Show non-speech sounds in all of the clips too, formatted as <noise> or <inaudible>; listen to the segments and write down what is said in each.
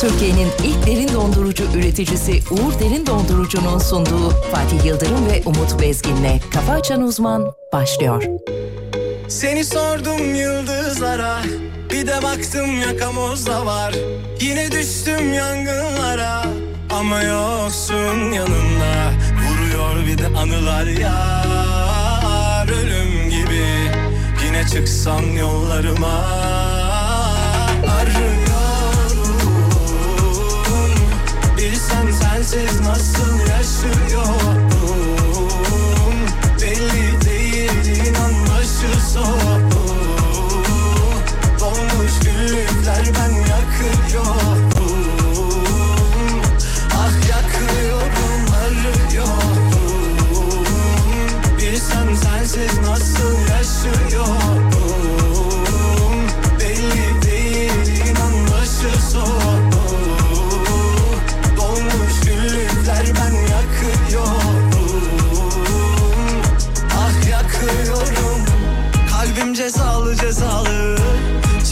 Türkiye'nin ilk derin dondurucu üreticisi Uğur Derin Dondurucu'nun sunduğu Fatih Yıldırım ve Umut Bezgin'le Kafa Açan Uzman başlıyor. Seni sordum yıldızlara Bir de baktım yakamozda var Yine düştüm yangınlara Ama yoksun yanımda Vuruyor bir de anılar ya Ölüm gibi Yine çıksan yollarıma Arıyorum Bilsen sensiz nasıl yaşıyorum Belli değil inan başı soğuk Dolmuş güllükler ben yakıyorum Ah yakıyorum arıyorum Bilsem sensiz nasıl yaşıyorum Belli değil inan başı soğuk Dolmuş güllükler ben yakıyorum Ah yakıyorum Kalbim cezalı cezalı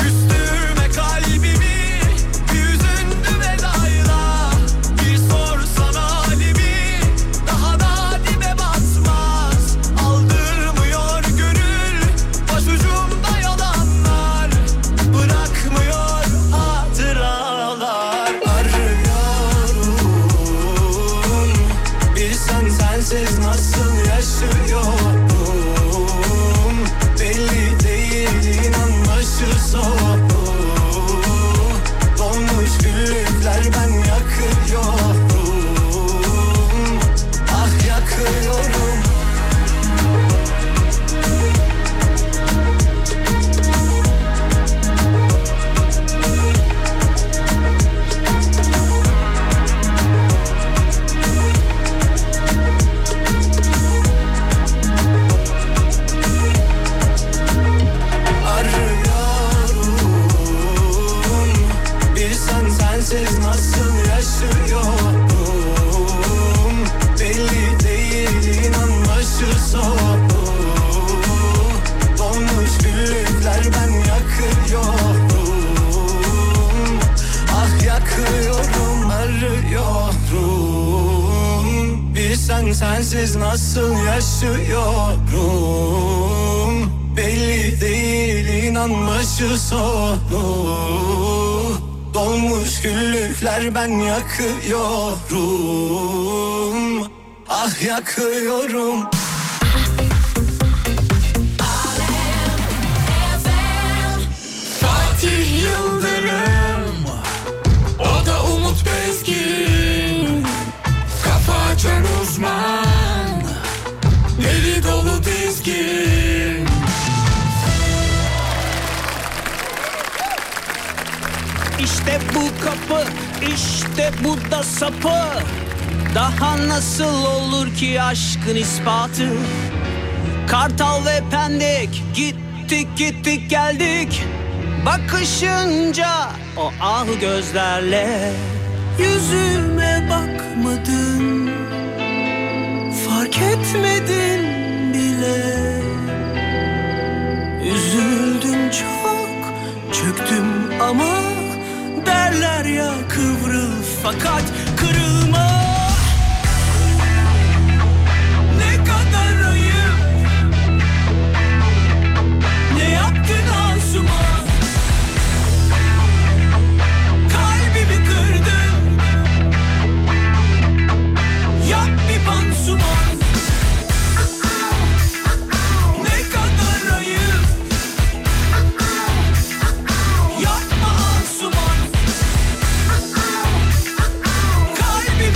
Küstüğüme kalbimi Hüzünlü vedayla Bir sorsana halimi Daha da dibe basmaz Aldırmıyor gönül Başucumda yalanlar Bırakmıyor hatıralar Arıyorum Bilsen sensiz nasıl yaşıyorum Belli değil inan başı soğuk Dolmuş güllükler ben yakıyorum Ah yakıyorum Arıyorum Bilsen sensiz nasıl yaşıyorum Belli değil inan başı soğuk Dolmuş güllükler ben yakıyorum Ah yakıyorum arıyorum Bilsen sensiz nasıl yaşıyorum Belli değil inan başı sonu Dolmuş güllükler ben yakıyorum Ah yakıyorum Fatih Yıldırım O da Umut Bezgin Kafa açan uzman Deli dolu dizgin İşte bu kapı, işte bu da sapı. Daha nasıl olur ki aşkın ispatı? Kartal ve Pendik gittik gittik geldik. Bakışınca o ah gözlerle yüzüme bakmadın. Fark etmedin bile. Üzüldüm çok, çöktüm ama derler ya kıvrıl fakat kırılma. Ne kadar ayıp, ne yaptın Asuma? Kalbimi kırdın, yap bir pansuman. Ne kadar ayıp. Yapma Asuman Kalbimi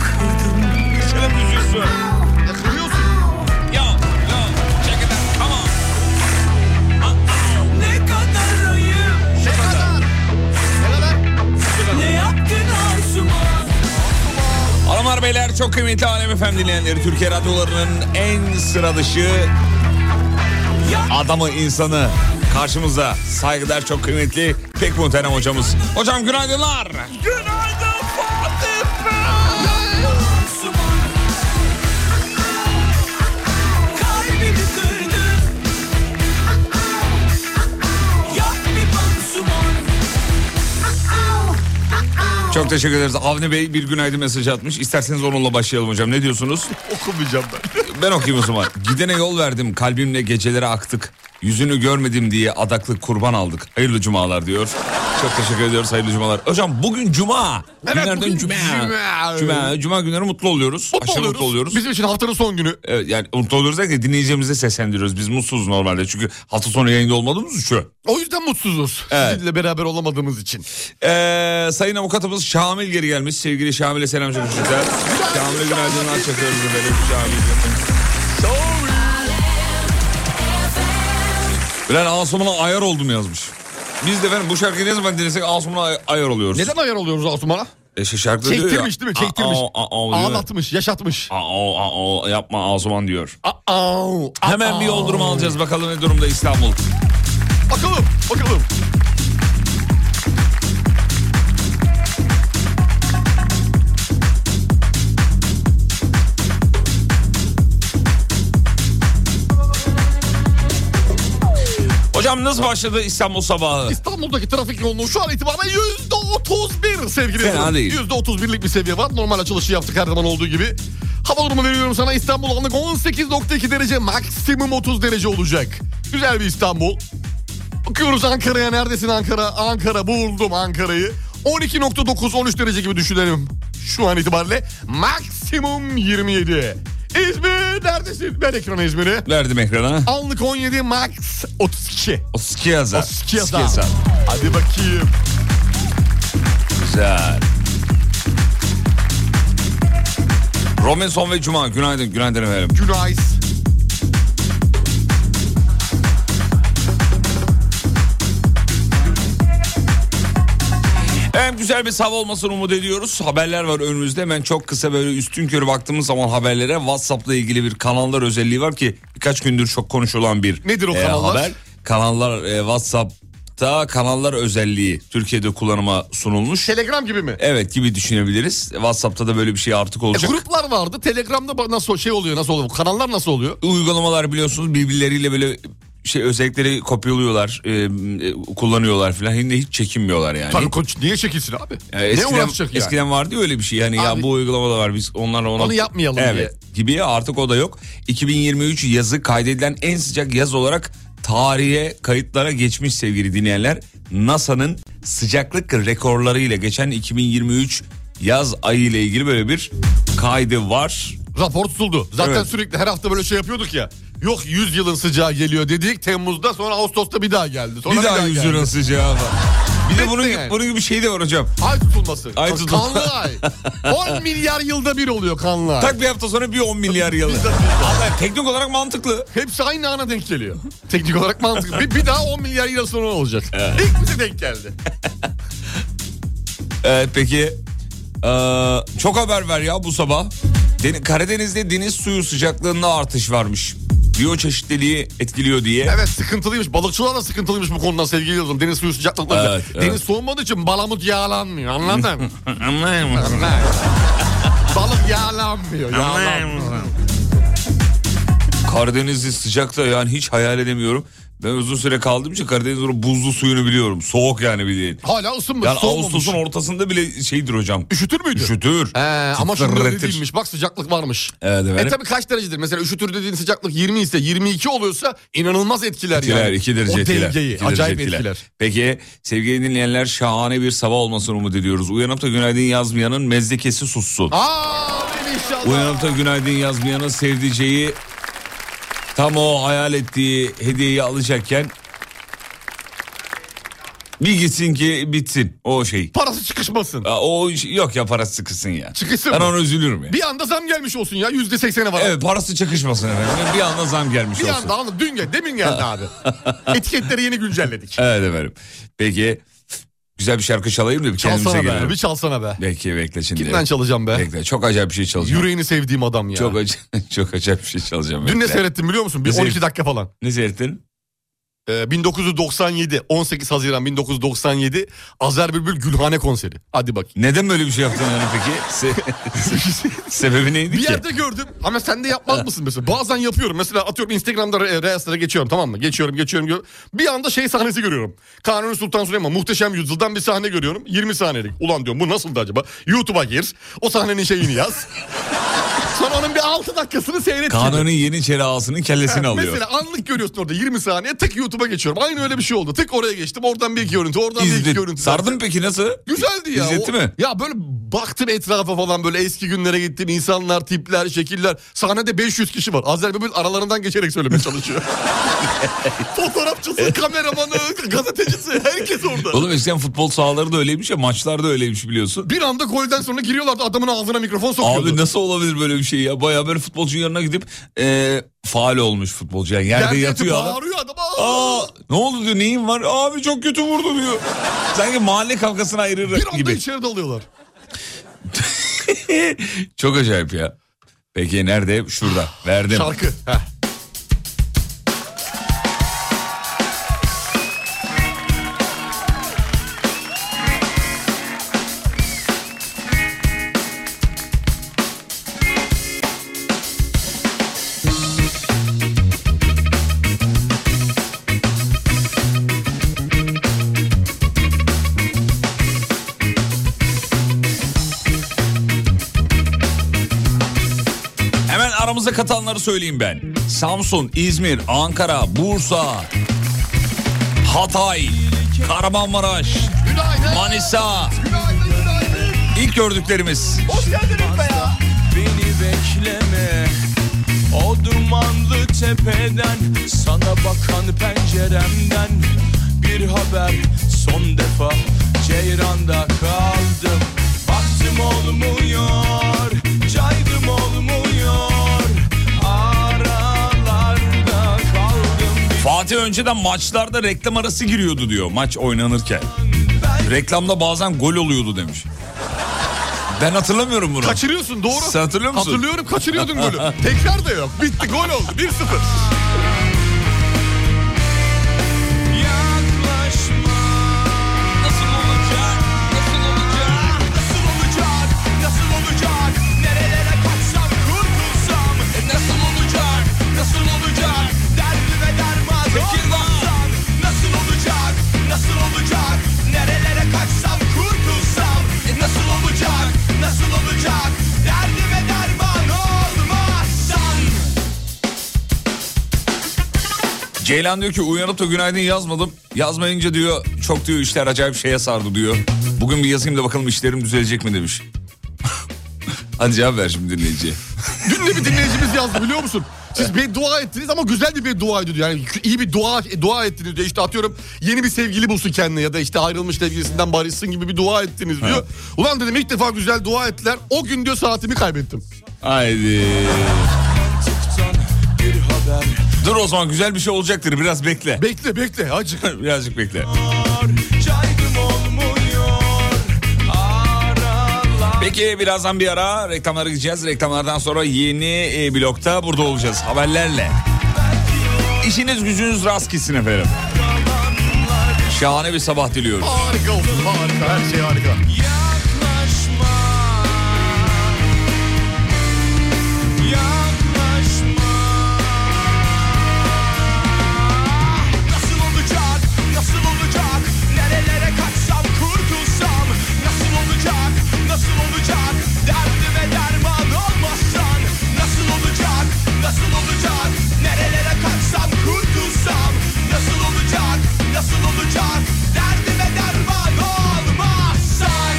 kırdım Şöyle üzülsün. Ya kırıyorsun. Yo, yo, check it out. Come on. Ne kadar ayıp Ne kadar? Ne kadar? Ne yaptın Asuman Hanımlar beyler çok kıymetli Alem Efem dinleyenleri Türkiye radyolarının en sıra dışı adamı insanı karşımızda saygılar çok kıymetli pek muhterem hocamız. Hocam günaydınlar. Günaydın Asuman Kalbimi kırdın Yap bir pansuman Çok teşekkür ederiz. Avni Bey bir günaydın mesajı atmış. İsterseniz onunla başlayalım hocam. Ne diyorsunuz? Okumayacağım ben. <laughs> Ben okuyayım o zaman. Gidene yol verdim kalbimle gecelere aktık. Yüzünü görmedim diye adaklık kurban aldık. Hayırlı cumalar diyor. Çok teşekkür ediyoruz hayırlı cumalar. Hocam bugün cuma. Evet, Günlerden bugün cuma. cuma. Cuma. Cuma günleri mutlu oluyoruz. Aşırı mutlu oluyoruz. Bizim için haftanın son günü. Evet, yani mutlu oluyoruz derken dinleyicilerimize seslendiriyoruz. Biz mutsuzuz normalde çünkü hafta sonu yayında olmadığımız için. O yüzden mutsuzuz. Evet. Sizinle beraber olamadığımız için. Ee, sayın avukatımız Şamil geri gelmiş. Sevgili Şamil'e selam çok güzel. Şamil'e günaydınlar çakıyoruz efendim Şamil'e. Ulan Asuman'a ayar oldum yazmış. Biz de efendim bu şarkıyı ne zaman dinlesek Asuman'a ay- ayar oluyoruz. Neden ayar oluyoruz Asuman'a? E, şey şarkıda diyor ya. Çektirmiş değil mi? Çektirmiş. Aa, aa, aa, diyor. Ağlatmış, yaşatmış. Aa, aa, aa, yapma Asuman diyor. Aa, aa. Hemen bir yol durumu alacağız bakalım ne durumda İstanbul. Bakalım, bakalım. Hocam nasıl başladı İstanbul sabahı? İstanbul'daki trafik yoğunluğu şu an itibariyle yüzde otuz bir sevgili. Fena değil. Yüzde otuz birlik bir seviye var. Normal açılışı yaptık her zaman olduğu gibi. Hava durumu veriyorum sana. İstanbul anlık 18.2 derece maksimum 30 derece olacak. Güzel bir İstanbul. Bakıyoruz Ankara'ya neredesin Ankara? Ankara buldum Ankara'yı. 12.9-13 derece gibi düşünelim. Şu an itibariyle maksimum 27. İzmir neredesin? Ver ekrana İzmir'i. Verdim ekrana. Anlık 17 max 32. Oskiyaza. Skiyasa. Hadi bakayım. Güzel. Robinson ve Cuma günaydın günaydın efendim. Günays. Hem güzel bir sabah olmasını umut ediyoruz. Haberler var önümüzde. Hemen çok kısa böyle üstün körü baktığımız zaman haberlere WhatsApp'la ilgili bir kanallar özelliği var ki birkaç gündür çok konuşulan bir e, Nedir o kanallar? Kanallar e, WhatsApp'ta kanallar özelliği Türkiye'de kullanıma sunulmuş. Telegram gibi mi? Evet gibi düşünebiliriz. WhatsApp'ta da böyle bir şey artık E, olacak. gruplar vardı. Telegram'da ba- nasıl şey oluyor? Nasıl oluyor? Bu Kanallar nasıl oluyor? uygulamalar biliyorsunuz birbirleriyle böyle şey özellikleri kopyalıyorlar, e, e, kullanıyorlar falan. Hem de hiç çekinmiyorlar yani. Tabii koç niye çekilsin abi? Yani eskiden, ne uğraşacak yani? Eskiden vardı ya öyle bir şey. Yani ya Abi- bu uygulamada var biz onlarla ona... Onu yapmayalım evet, Gibi artık o da yok. 2023 yazı kaydedilen en sıcak yaz olarak tarihe kayıtlara geçmiş sevgili dinleyenler. NASA'nın sıcaklık rekorlarıyla geçen 2023 yaz ayı ile ilgili böyle bir kaydı var. Rapor tutuldu. Zaten Evet. sürekli her hafta böyle şey yapıyorduk ya. Yok 100 yılın sıcağı geliyor dedik. Temmuz'da sonra Ağustos'ta bir daha geldi. Sonra bir daha geldi. yüzünün <laughs> sıcağı var. Bir de Bitti bunun, gibi, yani. bunun gibi bir şey de var hocam. Ay tutulması. Ay Çok tutulması. Kanlı <laughs> ay. 10 milyar yılda bir oluyor kanlı ay. Tak bir hafta sonra bir 10 milyar yıl. Ama teknik olarak mantıklı. Hepsi aynı ana denk geliyor. Teknik olarak mantıklı. Bir, bir daha 10 milyar yıl sonra olacak. İlk bize denk geldi. Ee, peki ee, çok haber ver ya bu sabah. Den- Karadeniz'de deniz suyu sıcaklığında artış varmış. Biyoçeşitliliği etkiliyor diye. Evet sıkıntılıymış. Balıkçılar da sıkıntılıymış bu konuda sevgili yıldızım. Deniz suyu sıcaklıkları. Evet, evet. Deniz soğumadığı için balamut yağlanmıyor. Anladın <laughs> mı? Anlayın mısın? Anlar. Balık yağlanmıyor. Yağlanmıyor. Ee, Karadeniz'i sıcakta yani hiç hayal edemiyorum. Ben uzun süre kaldığım için Karadeniz'in buzlu suyunu biliyorum. Soğuk yani bildiğin. Hala ısınmış. Yani soğumamış. Ağustos'un ortasında bile şeydir hocam. Üşütür müydü? Üşütür. Ee, ama şimdi öyle Titretir. değilmiş. Bak sıcaklık varmış. Evet efendim. E tabii kaç derecedir? Mesela üşütür dediğin sıcaklık 20 ise 22 oluyorsa inanılmaz etkiler, Etkiler, yani. iki derece o etkiler. dengeyi iki derece acayip etkiler. Peki sevgili dinleyenler şahane bir sabah olmasını umut ediyoruz. Uyanıp da günaydın yazmayanın mezdekesi sussun. Aa Amin inşallah. Uyanıp da günaydın yazmayanın sevdiceği tam o hayal ettiği hediyeyi alacakken Bir gitsin ki bitsin o şey. Parası çıkışmasın. Aa, O iş- yok ya parası çıkışsın ya. Çıkışsın Ben mı? ona üzülürüm ya. Bir anda zam gelmiş olsun ya yüzde seksene var. Evet parası çakışmasın efendim. Bir anda zam gelmiş bir olsun. anda anladın. Dün geldi, <laughs> demin geldi abi. Etiketleri yeni güncelledik. Evet efendim. Peki güzel bir şarkı çalayım da bir kendimize Çalsana be, gelelim. bir çalsana be. Bekle bekle şimdi. Kimden çalacağım be? Bekle çok acayip bir şey çalacağım. Yüreğini sevdiğim adam ya. Çok, ac- çok acayip <laughs> bir şey çalacağım. Dün ne bekle. seyrettim biliyor musun? Bir Ne 12 seyret- dakika falan. Ne seyrettin? Ee, 1997, 18 Haziran 1997 Azer Bülbül Gülhane konseri. Hadi bak. Neden böyle bir şey yaptın yani peki? Se- <laughs> sebebi neydi bir ki? yerde gördüm ama sen de yapmaz mısın mesela? Bazen yapıyorum. Mesela atıyorum Instagram'da re- Reels'lere geçiyorum tamam mı? Geçiyorum, geçiyorum, görüyorum. Bir anda şey sahnesi görüyorum. Kanuni Sultan Süleyman muhteşem yüzyıldan bir sahne görüyorum. 20 saniyelik. Ulan diyorum bu nasıldı acaba? YouTube'a gir. O sahnenin <laughs> şeyini yaz. Sonra onun bir 6 dakikasını seyret. Kanuni Yeniçeri ağasının <laughs> kellesini alıyor. Mesela anlık görüyorsun orada 20 saniye tık YouTube'a geçiyorum. Aynı öyle bir şey oldu. Tık oraya geçtim. Oradan bir iki görüntü, oradan bir iki İzlet. görüntü. Sardın peki nasıl? Güzeldi ya. İzletti O- mi? Ya böyle baktım etrafa falan böyle eski günlere gittim. insanlar, tipler, şekiller. Sahnede 500 kişi var. Azer Bülbül aralarından geçerek söylemeye çalışıyor. <laughs> Fotoğrafçısı, kameramanı, gazetecisi herkes orada. Oğlum eskiden futbol sahaları da öyleymiş ya maçlar da öyleymiş biliyorsun. Bir anda golden sonra giriyorlardı adamın ağzına mikrofon sokuyordu. Abi nasıl olabilir böyle bir şey ya? Baya böyle futbolcunun yanına gidip e, faal olmuş futbolcu. Yani yerde Yerde yatıp yatıyor adam. Bağırıyor adam. Aa! Aa, ne oldu diyor neyin var? Abi çok kötü vurdu diyor. Sanki mahalle kavgasına ayırır Bir anda gibi. içeri dalıyorlar. <laughs> çok acayip ya. Peki nerede? Şurada. Verdim. Şarkı. Heh. Hemen aramıza katanları söyleyeyim ben. Samsun, İzmir, Ankara, Bursa, Hatay, Kahramanmaraş, Günaydın. Manisa. Günaydın, günaydın. İlk gördüklerimiz. Hoş geldiniz be ya. Beni bekleme O dumanlı tepeden Sana bakan penceremden Bir haber son defa Ceyranda kaldım Baktım olmuyor Caydım olmuyor Aralarda kaldım Fatih önceden maçlarda reklam arası giriyordu diyor maç oynanırken. Reklamda bazen gol oluyordu demiş. Ben hatırlamıyorum bunu. Kaçırıyorsun doğru. Sen hatırlıyor musun? Hatırlıyorum <laughs> kaçırıyordun golü. Tekrar da yok. Bitti gol oldu 1-0. Yaklaşma Nasıl olacak? Nasıl olacak? Nasıl olacak? Nasıl olacak? Nerelere kaçsam kurtulsam E Nasıl olacak? Nasıl olacak? Derdime derman olmasam Nasıl olacak? Nasıl olacak? Nerelere kaçsam kurtulsam E Nasıl olacak? Nasıl olacak? Derdime derman olmazsan Ceylan diyor ki uyanıp da günaydın yazmadım. Yazmayınca diyor çok diyor işler acayip şeye sardı diyor. Bugün bir yazayım da bakalım işlerim düzelecek mi demiş. <laughs> Hadi cevap ver şimdi dinleyiciye. Dün de bir dinleyicimiz yazdı biliyor musun? Siz bir dua ettiniz ama güzel de bir duaydı diyor. Yani iyi bir dua dua ettiniz diyor. İşte atıyorum yeni bir sevgili bulsun kendine ya da işte ayrılmış sevgilisinden barışsın gibi bir dua ettiniz diyor. Ulan dedim ilk defa güzel dua ettiler. O gün diyor saatimi kaybettim. Haydi. bir haber Dur o zaman güzel bir şey olacaktır biraz bekle. Bekle bekle <laughs> acık. Birazcık bekle. Caydım olmuyor Aralar Peki birazdan bir ara reklamlara gideceğiz. Reklamlardan sonra yeni e, blokta burada olacağız haberlerle. İşiniz gücünüz rast gitsin efendim. Şahane bir sabah diliyoruz. Harika olsun harika her şey harika. Yaklaşma Yaklaşma Nasıl olacak, nasıl olacak Nerelere kaçsam kurtulsam Nasıl olacak, nasıl olacak Derdime derman olmazsan Nasıl olacak, nasıl olacak Nerelere kaçsam kurtulsam Nasıl olacak, nasıl olacak Derdime derman olmazsan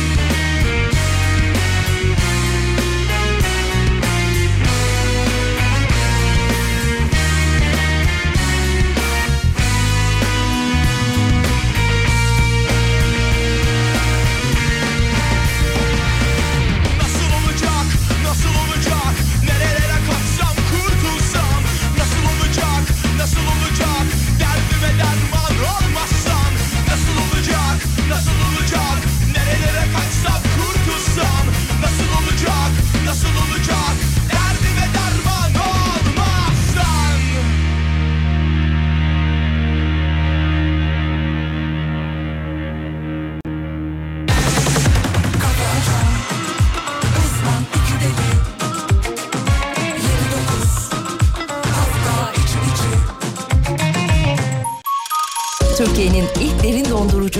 dondurucu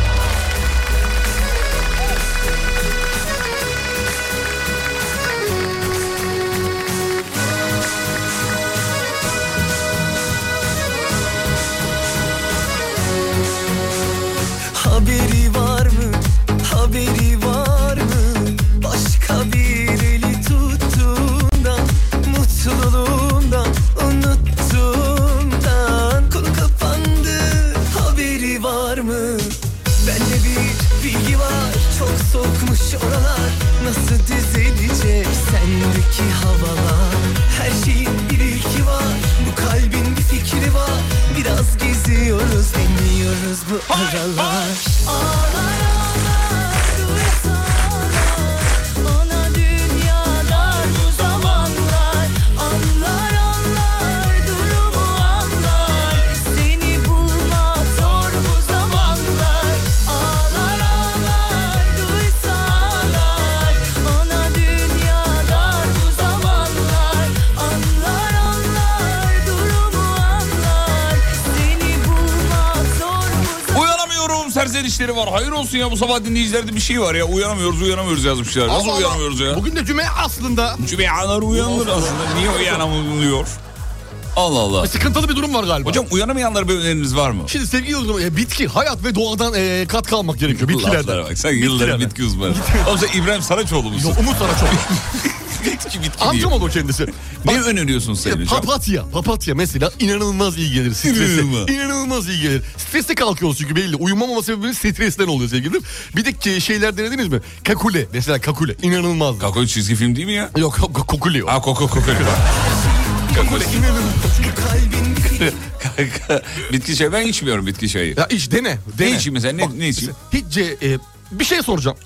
Haberi var mı? Haberi var mı? Başka bir eli tuttuğundan Mutluluğundan Unuttuğundan Konu kapandı Haberi var mı? Bende bir bilgi var Çok sokmuş oralar Nasıl düzelecek sendeki havalar Her şeyin bir ilki var Bu kalbin bir fikri var Biraz geziyoruz deniyoruz bu aralar Ağlar ağlar dursana Ana dünyalar bu zamanlar Anlar anlar durumu anlar Seni bulmak zor bu zamanlar Ağlar ağlar duysalar Ana dünyalar bu zamanlar Anlar anlar durumu anlar Seni bulmak zor bu Uyanamıyorum serzenişleri var. Hayır olsun ya bu sabah dinleyicilerde bir şey var ya. Uyanamıyoruz uyanamıyoruz yazmışlar. Nasıl Allah Allah. uyanamıyoruz ya? Bugün de cüme aslında. Cümeyalar uyanır aslında. Niye uyanamıyor? Allah Allah. E, Sıkıntılı bir durum var galiba. Hocam uyanamayanlara bir öneriniz var mı? Şimdi sevgili yıldırım e, bitki, hayat ve doğadan e, kat kalmak gerekiyor. Laflara Bitkilerden. bak. Sen yılların Bitkilerden. bitki uzmanı. <laughs> Oğlum sen İbrahim Saraçoğlu musun? Yok Umut Saraçoğlu. <laughs> bitki bitki Amcam diyor. oldu kendisi. Ne öneriyorsun senin hocam? Papatya. Papatya mesela inanılmaz iyi gelir strese. İnanılmaz. İnanılmaz iyi gelir. Streste kalkıyoruz çünkü belli. Uyumamama sebebimiz stresten oluyor sevgilim. Bir de ki- şeyler denediniz mi? Kakule. Mesela kakule. İnanılmaz. Kakao çizgi film değil mi ya? Yok yok kakule yok. Ha koko <laughs> koko. Kakule inanılmaz. <laughs> bitki çayı ben içmiyorum bitki çayı. Ya iç dene. dene. içeyim mesela? Ne- ne içeyim? Hiç ce- e, bir şey soracağım.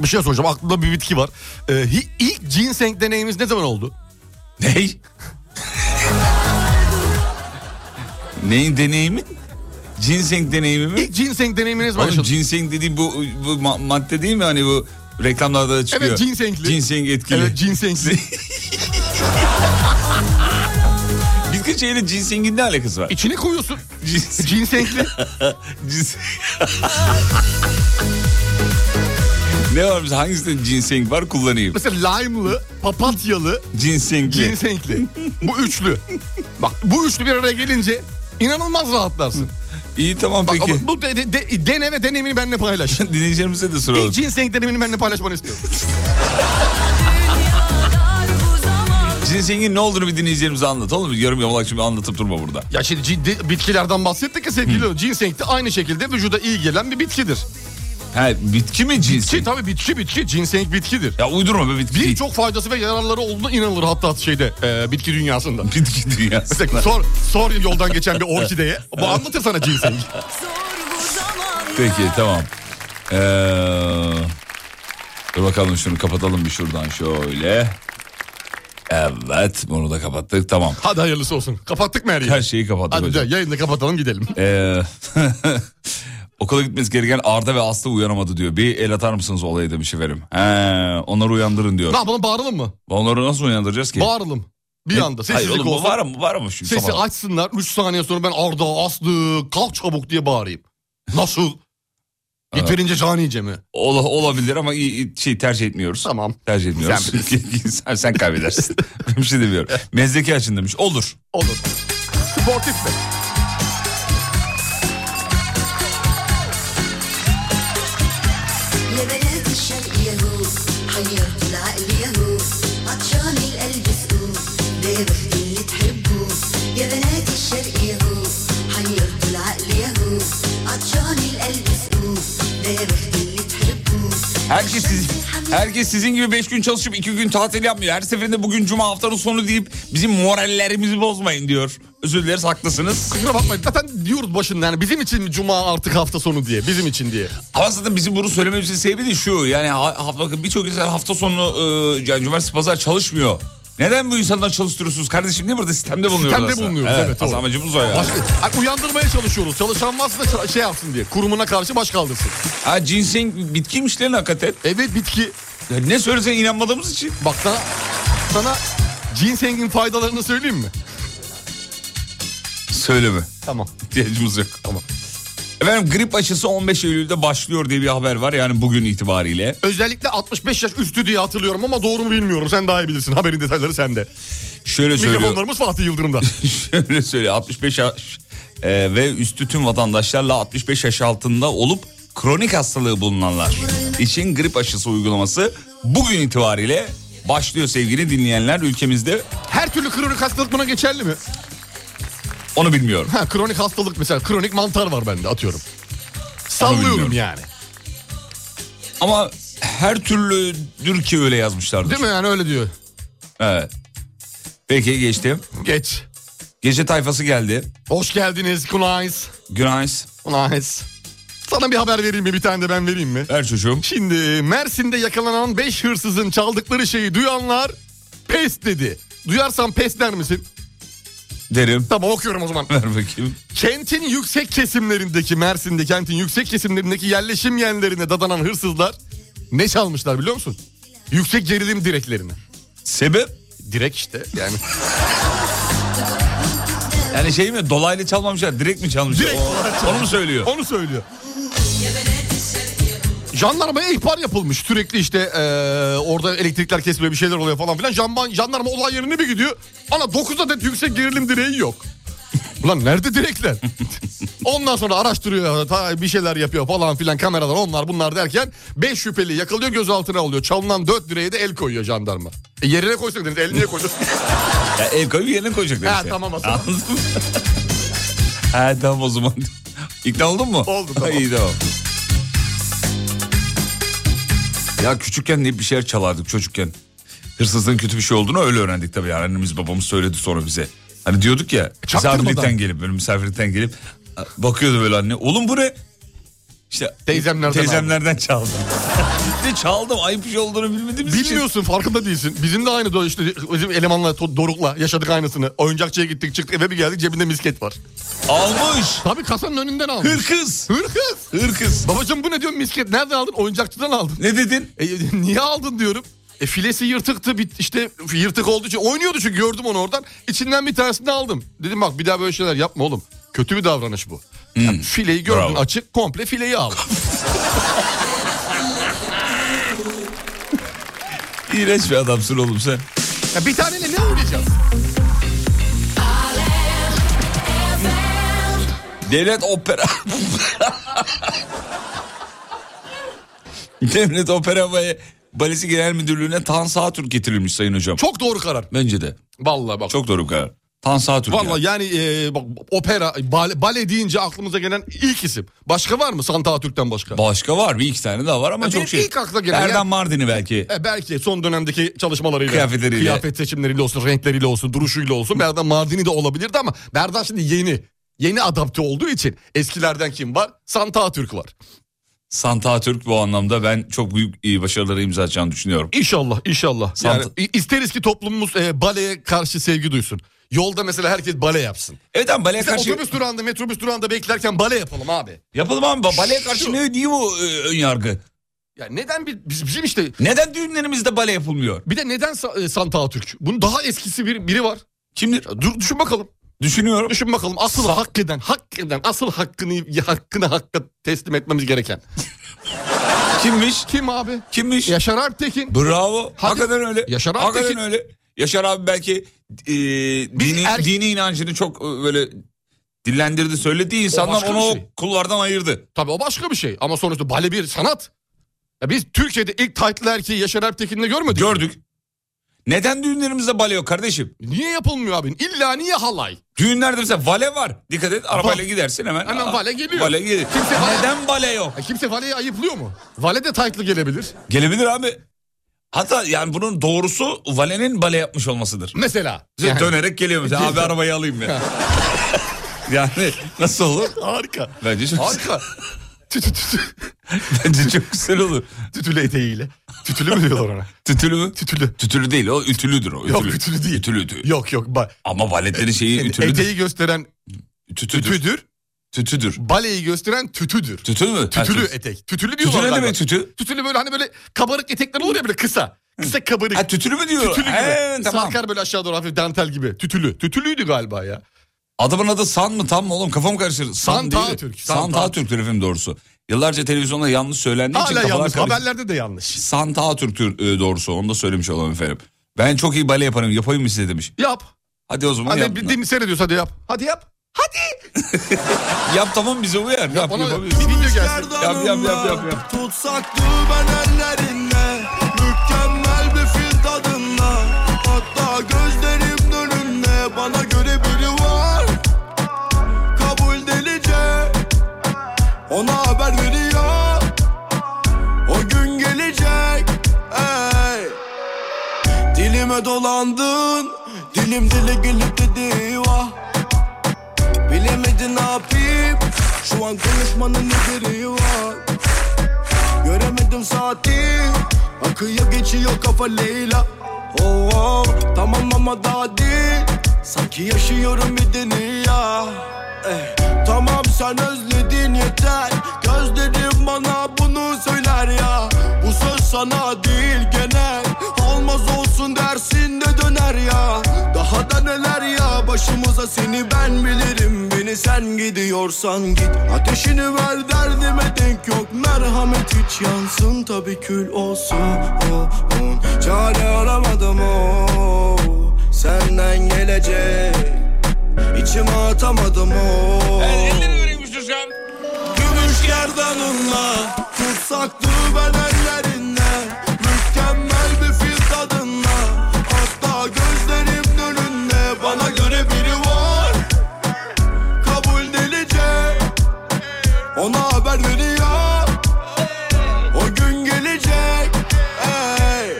Bir şey soracağım. Aklımda bir bitki var. E, hi- ilk ginseng deneyimiz ne zaman oldu? Ney? Neyin deneyimi? Ginseng deneyimi mi? İlk ginseng deneyiminiz var. Oğlum ginseng dediğim bu, bu ma- madde değil mi hani bu reklamlarda da çıkıyor. Evet, ginsengli. Ginseng etkili. <laughs> Evet ginsengli. Bitki çayıyla ginsengin ne alakası var? İçine koyuyorsun. E, Ginseng. <laughs> Ginsengli. Cins- <laughs> ne var bize hangisinde ginseng var kullanayım. Mesela lime'lı, papatyalı, Ginsengli. ginsengli. Bu üçlü. Bak bu üçlü bir araya gelince inanılmaz rahatlarsın. İyi tamam Bak peki. ama bu de, de- dene ve deneyimini benimle <laughs> paylaş. Dinleyicilerimize de soralım. İlk ginseng deneyimini benimle paylaşmanı istiyorum. Ginsengin ne olduğunu bir dinleyicilerimize anlat. Olur mu? Yarım yamalak şimdi anlatıp durma burada. Ya şimdi ciddi bitkilerden bahsettik ya sevgili. Hı. Ginseng de aynı şekilde vücuda iyi gelen bir bitkidir. Ha bitki mi Ki ginseng? tabii bitki bitki. Ginseng bitkidir. Ya uydurma be bitki değil. Birçok faydası ve yararları olduğuna inanılır hatta şeyde e, bitki <laughs> dünyasında. Bitki dünyası. Mesela sor, sor yoldan geçen bir orkideye. Bu anlatır sana ginseng. Peki tamam. Ee, dur bakalım şunu kapatalım bir şuradan şöyle. Evet bunu da kapattık tamam. Hadi hayırlısı olsun. Kapattık mı her yeri? Her şeyi kapattık Hadi hocam. de yayını <laughs> kapatalım gidelim. Ee, okula gitmesi gereken Arda ve Aslı uyanamadı diyor. Bir el atar mısınız olaya demiş efendim. He, onları uyandırın diyor. Ne yapalım bağıralım mı? Onları nasıl uyandıracağız ki? Bağıralım. Bir anda Hayır sessizlik oğlum bu olsun. var mı? Var mı şimdi? Sesi sabah? açsınlar 3 saniye sonra ben Arda Aslı kalk çabuk diye bağırayım. Nasıl? Yeterince canice mi? Ola- olabilir ama iyi- iyi- şey tercih etmiyoruz. Tamam. Tercih etmiyoruz. Sen Sen, <laughs> sen, <laughs> kaybedersin. Ben bir şey demiyorum. Mezdeki açın demiş. Olur. Olur. Sportif mi? يا بنات الشرق يهو حيرت العقل يهو عطشان القلب سقوف دابغ اللي تحبه يا بنات الشرق يهو حيرت العقل يهو عطشان القلب سقوف دابغ اللي تحبه Herkes sizin, herkes sizin gibi 5 gün çalışıp 2 gün tatil yapmıyor. Her seferinde bugün cuma haftanın sonu deyip bizim morallerimizi bozmayın diyor. Özür dileriz haklısınız. Kusura bakmayın zaten diyoruz başında yani bizim için cuma artık hafta sonu diye bizim için diye. Ama zaten bizim bunu söylememizin sebebi de şu. Yani ha- ha- bakın birçok insan hafta sonu e, yani cumartesi pazar çalışmıyor. Neden bu insanlar çalıştırıyorsunuz kardeşim? Niye burada sistemde bulunuyoruz Sistemde aslında? bulunuyoruz, evet, aslında doğru. amacımız o yani. Başka, Ay, uyandırmaya çalışıyoruz. Çalışan varsa da ça- şey yapsın diye. Kurumuna karşı baş kaldırsın. Ha ginseng bitkiymiş lan hakikaten. Evet bitki. Ya ne söylesen inanmadığımız için. Bak sana, sana Ginseng'in faydalarını söyleyeyim mi? Söyleme. Tamam. İhtiyacımız yok. Tamam. Efendim grip aşısı 15 Eylül'de başlıyor diye bir haber var. Yani bugün itibariyle. <laughs> Özellikle 65 yaş üstü diye hatırlıyorum ama doğru mu bilmiyorum. Sen daha iyi bilirsin. Haberin detayları sende. Şöyle söylüyor. Mikrofonlarımız Fatih Yıldırım'da. Şöyle söylüyor. 65 yaş e, ve üstü tüm vatandaşlarla 65 yaş altında olup kronik hastalığı bulunanlar için grip aşısı uygulaması bugün itibariyle başlıyor sevgili dinleyenler. Ülkemizde Her türlü kronik hastalık buna geçerli mi? <laughs> onu bilmiyorum. Ha kronik hastalık mesela kronik mantar var bende atıyorum. Sallıyorum bilmiyorum. yani. Ama her türlüdür ki öyle yazmışlardır. Değil mi yani öyle diyor. Evet. Peki geçtim. Geç. Gece tayfası geldi. Hoş geldiniz Kunais. Günaydın. Kunais. Sana bir haber vereyim mi? Bir tane de ben vereyim mi? Ver çocuğum. Şimdi Mersin'de yakalanan 5 hırsızın çaldıkları şeyi duyanlar pes dedi. Duyarsan pes der misin? Derim. Tamam okuyorum o zaman. <laughs> Ver bakayım. Kentin yüksek kesimlerindeki Mersin'de kentin yüksek kesimlerindeki yerleşim yerlerine dadanan hırsızlar ne çalmışlar biliyor musun? Yüksek gerilim direklerini. Sebep? Direk işte yani. Yani şey mi? Dolaylı çalmamışlar. Direkt mi çalmışlar? Direkt O- olarak Onu mu söylüyor? Onu söylüyor. Jandarmaya ihbar yapılmış sürekli işte eee, orada elektrikler kesiliyor bir şeyler oluyor falan filan. Jandarma, jandarma olay yerine bir gidiyor. Ana 9 adet yüksek gerilim direği yok. Ulan nerede direkler? Ondan sonra araştırıyor ta- bir şeyler yapıyor falan filan kameralar onlar bunlar derken 5 şüpheli yakalıyor gözaltına alıyor. Çalınan 4 direğe de el koyuyor jandarma. E yerine koysaydınız el niye koydunuz? Ya el koyup yerine koyacaklar Ha, işte. tamam o zaman. Anladın mı? ha tamam o zaman. İkna oldun mu? Oldum, tamam. İyi tamam. Ya küçükken ne bir şeyler çalardık çocukken. Hırsızlığın kötü bir şey olduğunu öyle öğrendik tabii. Yani annemiz babamız söyledi sonra bize. Hani diyorduk ya E, Çaktırmadan. misafirlikten gelip böyle misafirlikten gelip bakıyordu böyle anne. Oğlum bu ne? İşte Teyzemlerden teyzemlerden çaldım. Bir de çaldım ayıp bir şey olduğunu bilmediğimiz için. Bilmiyorsun farkında değilsin. Bizim de aynı do- işte bizim elemanla To- Doruk'la yaşadık aynısını. Oyuncakçıya gittik çıktık eve bir geldik cebinde misket var. Almış. Tabii kasanın önünden aldım. Hırkız. Hırkız. Hırkız. Babacım bu ne diyorum misket nereden aldın? Oyuncakçıdan aldın. Ne dedin? E, <laughs> niye aldın diyorum. E, filesi yırtıktı bit, işte yırtık olduğu için oynuyordu çünkü gördüm onu oradan. İçinden bir tanesini aldım. Dedim bak bir daha böyle şeyler yapma oğlum. Kötü bir davranış bu. Ya, fileyi gördün Hmm. Bravo. açık komple <laughs> fileyi al. İğrenç bir adamsın oğlum sen. Ya, bir taneyle ne oynayacağız? Devlet opera... <laughs> Devlet opera ve balesi genel müdürlüğüne Tan Saatürk getirilmiş sayın hocam. Çok doğru karar. Bence de. Vallahi bak. Çok doğru bir karar. Tan Saatürk. Valla ya. yani e, bak opera, bale, bale deyince aklımıza gelen ilk isim. Başka var mı Santa Türk'ten başka? Başka var bir iki tane daha var ama Ya benim çok şey. ilk akla gelen Erdem ya- Mardin'i belki. E, belki son dönemdeki çalışmalarıyla, Kıyafetleriyle. kıyafet seçimleriyle olsun, renkleriyle olsun, duruşuyla olsun. Berdan Mardini de olabilirdi ama Berdan şimdi yeni. Yeni adapte olduğu için eskilerden kim var? Santa Türk var. Santa Türk bu anlamda ben çok büyük e, başarılara imza atacağını düşünüyorum. İnşallah, inşallah. Yani Sant- i- isteriz ki toplumumuz e, baleye karşı sevgi duysun. Yolda mesela herkes bale yapsın. Evet ama baleye Mesela karşı... otobüs durağında, metrobüs durağında beklerken bale yapalım abi. Yapalım ama ba- baleye Şu- karşı ne değil bu e, ön yargı? Ya neden bir, biz- bizim işte Neden düğünlerimizde bale yapılmıyor? Bir de neden Sa- e, Santa Atatürk? Bunun daha eskisi bir, biri var. Kimdir? Ya Dur, düşün bakalım. Düşünüyorum. Düşün bakalım. Asıl hak eden, hak eden, asıl hakkını hakkını hakka teslim etmemiz gereken. <laughs> Kimmiş? Kim abi? Kimmiş? Yaşar Alptekin. Bravo. Hadi. Hakikaten öyle. Yaşar abi Hakikaten peki- öyle. Yaşar abi belki e, dini, erk- dini inancını çok e, böyle dillendirdi söylediği insanlar başka onu bir o şey. kullardan ayırdı. Tabii o başka bir şey. Ama sonuçta bale bir sanat. Ya biz Türkiye'de ilk taytlı erkeği Yaşar Alptekin'le görmedik. Gördük. Neden düğünlerimizde bale yok kardeşim? niye yapılmıyor abi? İlla niye halay? Düğünlerde mesela vale var. Dikkat et arabayla gidersin hemen. Hemen Aa, vale geliyor. Vale geliyor. Kimse vale- Neden bale yok? Ya kimse valeyi ayıplıyor mu? Vale de taytlı gelebilir. Gelebilir abi. Hatta yani bunun doğrusu valenin bale yapmış olmasıdır. Mesela. Mesela Dönerek geliyor <laughs> mesela abi arabayı alayım ya. <laughs> yani nasıl olur? Harika. Bence çok, Harika. Tü tü tü tü. bence çok güzel olur. Tütülü eteğiyle. Tütülü mü diyorlar ona? Tütülü mü? Tütülü. Tütülü değil o ütülüdür o. Yok, ütülü değil. Ütülüdür. Yok yok. Ba- E, Ama valetlerin şeyi <laughs> ütülüdür. eteği gösteren Tütüdür. tütüdür. Tütüdür. Baleyi gösteren tütüdür. Tütü mü? Ha, Tütülü tütü. etek. Tütülü diyorlar. Tütü ne galiba. demek tütü? Tütülü böyle hani böyle kabarık etekler olur ya böyle kısa. Kısa kabarık. Ha tütülü mü diyor? Tütülü gibi. He, tamam. Sarkar böyle aşağı doğru hafif dantel gibi. Tütülü. Tütülüydü galiba ya. Adamın adı San mı tam mı oğlum kafam karışır. San San, değil mi? Tağatürk, San San Tağatürk'tür efendim doğrusu. Yıllarca televizyonda yanlış söylendiği için Hala kafalar yanlış. karıştı. Haberlerde de yanlış. San Tağatürk'tür e, doğrusu onu da söylemiş olalım efendim. Ben çok iyi bale yaparım yapayım mı size demiş. Yap. Hadi o zaman Hadi yap. bir dim seyrediyoruz hadi yap. Hadi yap. <laughs> Yap tamam bize uyar. Yap, Bana bir yapabiliriz. video gelsin. yap, yap, yap, yap, yap. Tutsak dümen ellerinde Mükemmel bir fil tadında Hatta gözlerim önünde Bana göre biri var Kabul delice Ona haber veriyor O gün gelecek Ey Dilime dolandın Dilim dile gelip dedi vah Bilemedin ne yapayım Şu an konuşmanın ne gereği var Göremedim saati Akıyor geçiyor kafa Leyla Oh, oh tamam ama daha değil Sanki yaşıyorum bir dünya eh. Tamam sen özledin yeter Gözlerim bana bunu söyler ya Bu söz sana değil genel Olmaz olsun dersinde döner ya Daha da neler ya başımıza seni ben bilirim Beni sen gidiyorsan git Ateşini ver derdime denk yok Merhamet hiç yansın tabi kül olsun oh, oh. Çare aramadım oh. Senden gelecek İçime atamadım o Gümüş gerdanınla Tutsak düğmen ellerinde Mükemmel bir fil tadında Hatta gözlerim önünde Bana göre biri var Kabul delice Ona haber veriyor O gün gelecek Ey.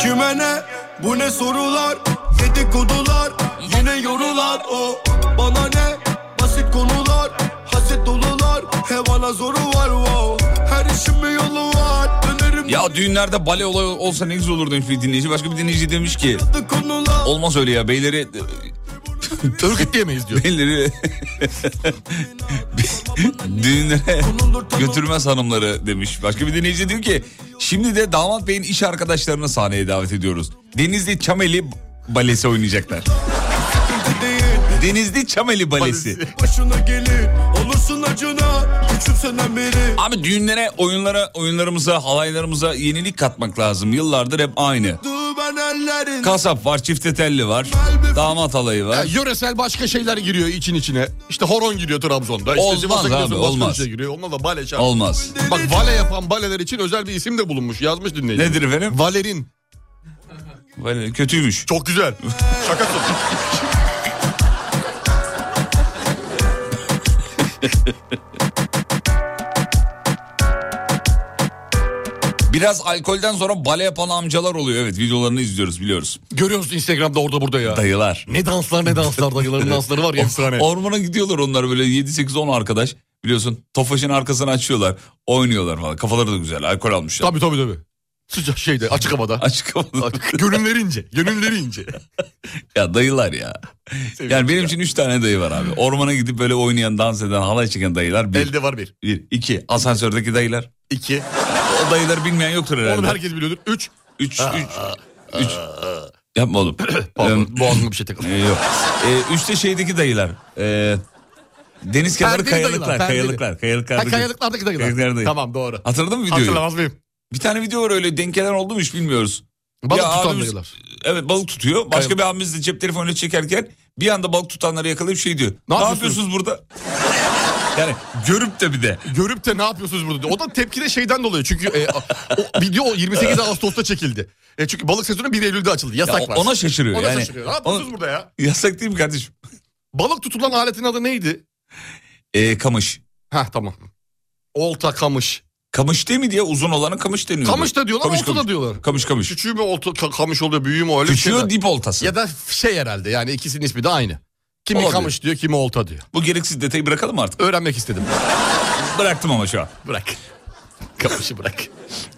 Kime ne? Bu ne sorular? Dedikodular Yine yorular o Bana ne? Basit konular Haset dolular Hevana zoru var wow Her işin bir yolu var Dönerim Ya düğünlerde bale olay olsa ne güzel olur demiş bir dinleyici. Başka bir dinleyici demiş ki d- konular olmaz öyle ya <laughs> beyleri e, Örgütleyemeyiz diyor. beyleri <laughs> düğünlere götürmez hanımları demiş. Başka bir dinleyici diyor ki şimdi de damat beyin iş arkadaşlarını sahneye davet ediyoruz. Denizli Çameli balesi <laughs> oynayacaklar. değil Denizli Çameli balesi. Başına gelir Olursun acına Küçümsenen biri Abi düğünlere, oyunlara, oyunlarımıza, halaylarımıza yenilik katmak lazım. Yıllardır hep aynı. Düğmen ellerin Kasap var, çifte telli var, damat halayı Ya var. yöresel başka şeyler giriyor için içine. İşte horon giriyor Trabzon'da. İşte Olmaz Sivas'a gidiyorsun, abi, başka bir olmaz. Şey giriyor. Onunla da bale çarpıyor. Olmaz. Bak vale yapan baleler için özel bir isim de bulunmuş. Yazmış dinleyici. Nedir efendim? Valerin. Vale- Kötüymüş. Çok güzel. Şaka söylüyorum. Biraz alkolden sonra bale yapan amcalar oluyor. Evet videolarını izliyoruz biliyoruz. Görüyorsun Instagram'da orada burada ya. Dayılar. Ne danslar ne <laughs> danslar dayıların dansları var ya efsane. hani Ormana gidiyorlar onlar böyle 7-8-10 arkadaş. Biliyorsun Tofaş'ın arkasını açıyorlar. Oynuyorlar falan. Kafaları da güzel. Alkol almışlar. Tabii tabii tabii. Sıcak şeyde açık havada. Açık havada. Gönüllerince, <laughs> gönüllerince. Ya dayılar ya. Yani benim için 3 tane dayı var abi. Ormana gidip böyle oynayan, dans eden, halay çeken dayılar. Bir, Elde var bir. bir iki. Asansördeki dayılar. İki. O dayılar bilmeyen yoktur herhalde. Oğlum herkes biliyordur. Üç. Üç, üç, üç. Yapma oğlum. <coughs> Pardon, boğazıma bir şey Ee, takıldı. yok. Ee, üçte şeydeki dayılar. Ee, deniz kenarı Perdeli kayalıklar, dayılar, perdeli. kayalıklar. Kayalıklar. Ha, kayalıklardaki Kayalıklar dayılar. dayı. Tamam doğru. Hatırladın mı videoyu? Hatırlamaz mıyım? Bir tane video var öyle denk gelen oldu mu hiç bilmiyoruz. Balık Ya tutan abimiz- dayılar. Evet balık tutuyor. Başka Kayalık. bir abimiz de cep telefonuyla çekerken bir anda balık tutanları yakalayıp şey diyor. Ne, yapıyorsunuz?" yapıyorsunuz burada? yani görüp de bir de. Görüp de ne yapıyorsunuz burada diyor. O da tepki de şeyden dolayı. Çünkü e, o video o 28 Ağustos'ta çekildi. E, çünkü balık sezonu 1 Eylül'de açıldı. Yasak Ya var. ona şaşırıyor Ona yani. şaşırıyor. Ne yapıyorsunuz Ona- burada ya? Yasak değil mi kardeşim? Balık tutulan aletin adı neydi? Ee, kamış. Heh tamam. Olta kamış. Kamış değil mi diye uzun olana kamış deniyor. Kamış da diyorlar, olta da diyorlar. Kamış kamış. Küçüğü mü olta ka- kamış oluyor büyüğü mü öyle bir şey Küçüğü de- dip oltası. Ya da şey herhalde yani ikisinin ismi de aynı. Kimi Olabilir. kamış diyor kimi olta diyor. Bu gereksiz detayı bırakalım artık. Öğrenmek istedim. Bıraktım ama şu an. Bırak. <laughs> Kamışı bırak.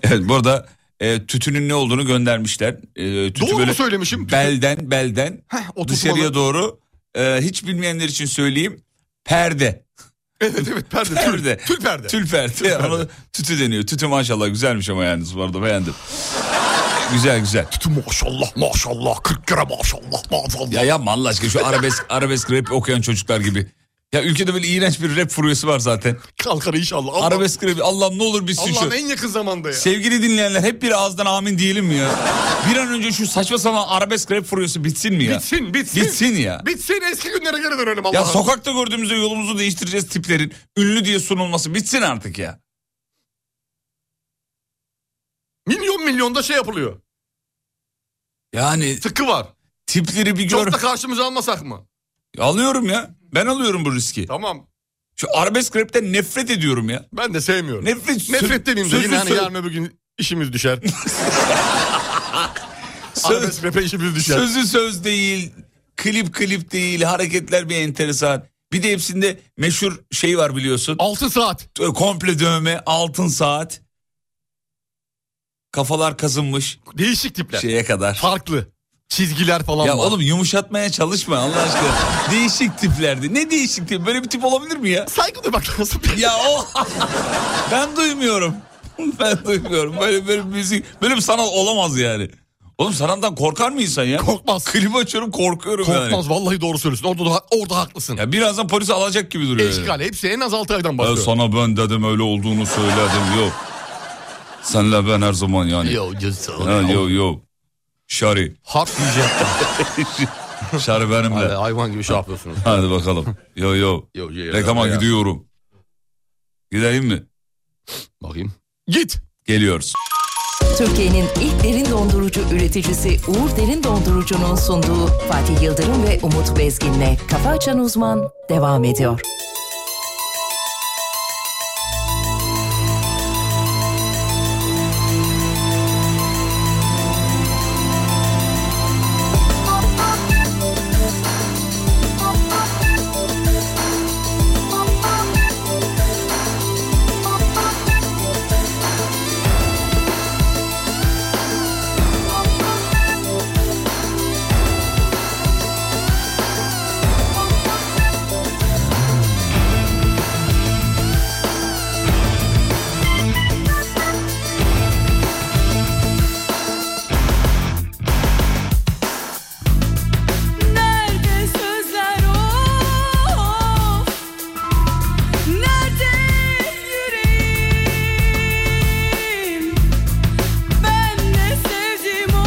Evet bu arada e, tütünün ne olduğunu göndermişler. E, tütü Doğru mu böyle söylemişim? Tütün- Belden belden o dışarıya tutmalı. doğru. E, hiç bilmeyenler için söyleyeyim. Perde. Evet evet perde. Perde. Perde. Tül, tül perde. Tül perde. Ona tütü deniyor. Tütü maşallah güzelmiş ama yani bu arada beğendim. Güzel güzel. Maşallah maşallah 40 kere maşallah maşallah. Ya yapma Allah aşkına şu arabesk, arabesk rap okuyan çocuklar gibi. Ya ülkede böyle iğrenç bir rap furyası var zaten. Kalkar inşallah. Allah, Arabesk rap Allah'ım ne olur bitsin şu. Allah'ın en yakın zamanda ya. Sevgili dinleyenler hep bir ağızdan amin diyelim mi ya? Bir an önce şu saçma sapan arabesk rap furyası bitsin mi ya? Bitsin bitsin. Bitsin ya. Bitsin eski günlere geri dönelim Allah'ım. Ya sokakta gördüğümüzde yolumuzu değiştireceğiz tiplerin. Ünlü diye sunulması bitsin artık ya. Milyon milyonda şey yapılıyor. Yani Tıkkı var. tipleri bir gör. Çok da karşımıza almasak mı? Alıyorum ya. Ben alıyorum bu riski. Tamam. Şu arabesk rapten nefret ediyorum ya. Ben de sevmiyorum. Nefret, Nefret demeyeyim de sözlü yine hani sö- yarın öbür gün işimiz düşer. <laughs> söz- Arabesk rap'e işimiz düşer. sözü söz değil, klip klip değil, hareketler bir enteresan. Bir de hepsinde meşhur şey var biliyorsun. 6 saat. Komple dövme, altın saat. Kafalar kazınmış Değişik tipler. şeye kadar. Farklı. Çizgiler falan Ya var. oğlum yumuşatmaya çalışma Allah aşkına. değişik tiplerdi. Ne değişik tip? Böyle bir tip olabilir mi ya? Saygı duymak lazım. Ya o ben duymuyorum. Ben duymuyorum. Böyle böyle bir müzik, böyle bir sanat olamaz yani. Oğlum sanattan korkar mı insan ya? Korkmaz. Klip açıyorum korkuyorum yani. Korkmaz vallahi doğru söylüyorsun. Orada da- orada haklısın. Ya birazdan polis alacak gibi duruyor. yani. İşgal hepsi en az 6 aydan Ben başlıyor. sana ben dedim öyle olduğunu söyledim yok. Senle ben her zaman yani. Yo, just so- Ha, yo yo. Şari. <laughs> Harf diyeceğim. Şari Hala benimle. hayvan gibi şey yapıyorsunuz. Hadi bakalım. Yo yo. <laughs> Yo, yo, yo, Reklama ya. gidiyorum. Gidelim mi? Bakayım. Git. Geliyoruz. Türkiye'nin ilk derin dondurucu üreticisi Uğur Derin Dondurucu'nun sunduğu Fatih Yıldırım ve Umut Bezgin'le Kafa Açan Uzman devam ediyor. Nerede sözler of? Nerede yüreğim? Ben ne sevdim of?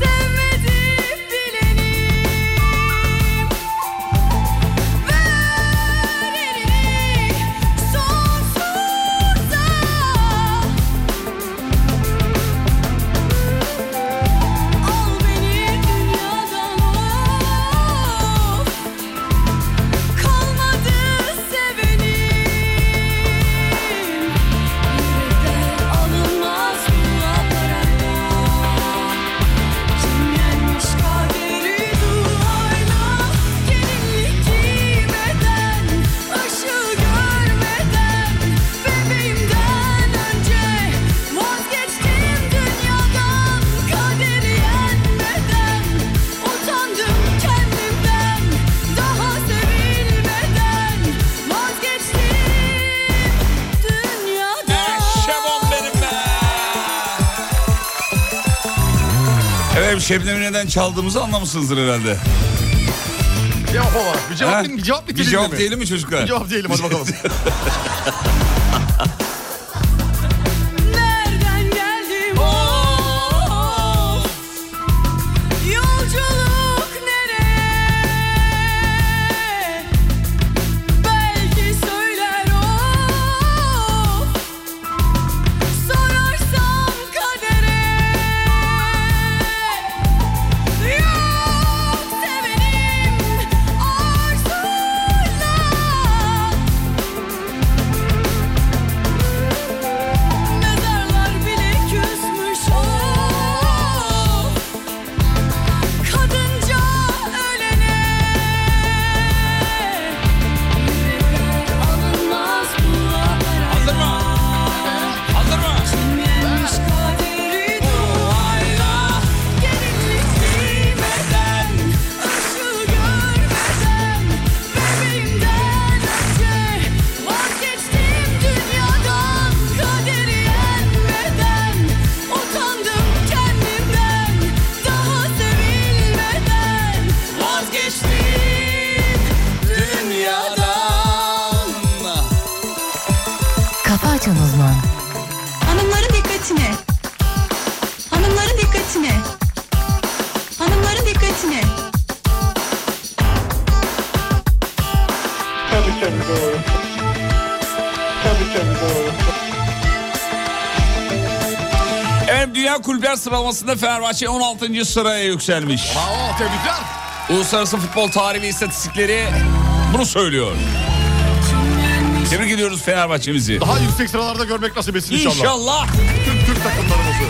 Sevmedim bilenim. Ver elini sonsuza. Al beni dünyadan of Kalmadı sevenim Yürekten alınmaz kula parayla Kim yenmiş kaderi duvarla Gelinlik giymeden, ışığı görmeden Bebeğimden önce vazgeçtim dünyadan Kaderi yenmeden, utandım kendimden Daha sevilmeden vazgeçtim dünyadan Şebon benim be. Evet Şebnem'i neden çaldığımızı anlamışsınızdır herhalde. Cevap olarak. Bir Ha? cevap, bir cevap bir niteliğinde cevap mi? diyelim mi çocuklar? Bir cevap diyelim hadi bakalım. <laughs> Nereden geldim of Yolculuk nere Belki söyler of Sorarsam kadere Yok sevenim arzuyla Oh, etme. Tabii tabii doğru. Tabii tabii doğru. Evet Dünya Kulüpler sıralamasında Fenerbahçe 16. sıraya yükselmiş. Bravo tebrikler. Uluslararası futbol tarihi ve istatistikleri bunu söylüyor. Tebrik ediyoruz Fenerbahçe'mizi. Daha yüksek sıralarda görmek nasip etsin inşallah. İnşallah. Tüm Türk takımlarımızı.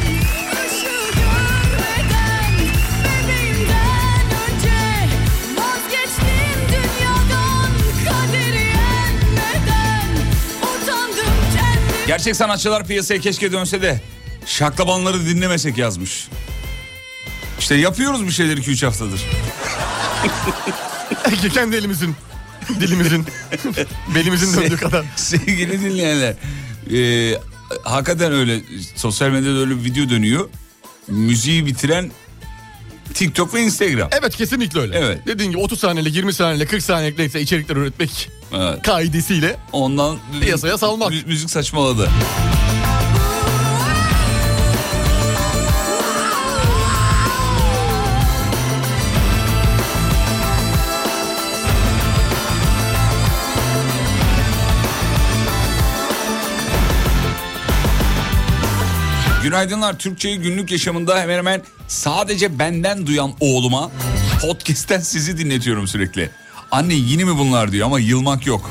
Şu görmeden bebeğimden önce vazgeçtim dünyadan kaderi yenmeden utandım kendim. Gerçek sanatçılar piyasaya keşke dönse de şaklabanları dinlemesek yazmış. İşte yapıyoruz bir şeyler 2-3 <laughs> haftadır. Peki kendi elimizin, <laughs> dilimizin, belimizin döndüğü kadar. Sevgili dinleyenler. e, hakikaten öyle sosyal medyada öyle bir video dönüyor. Müziği bitiren TikTok ve Instagram. Evet kesinlikle öyle. Evet. Dediğin gibi 30 saniyelik, 20 saniyelik, 40 saniyelik neyse içerikler üretmek Evet. kaidesiyle Ondan Piyasaya salmak. Mü- müzik saçmaladı. Günaydınlar. Türkçeyi günlük yaşamında hemen hemen sadece benden duyan oğluma podcast'ten sizi dinletiyorum sürekli. Anne yeni mi bunlar diyor ama yılmak yok.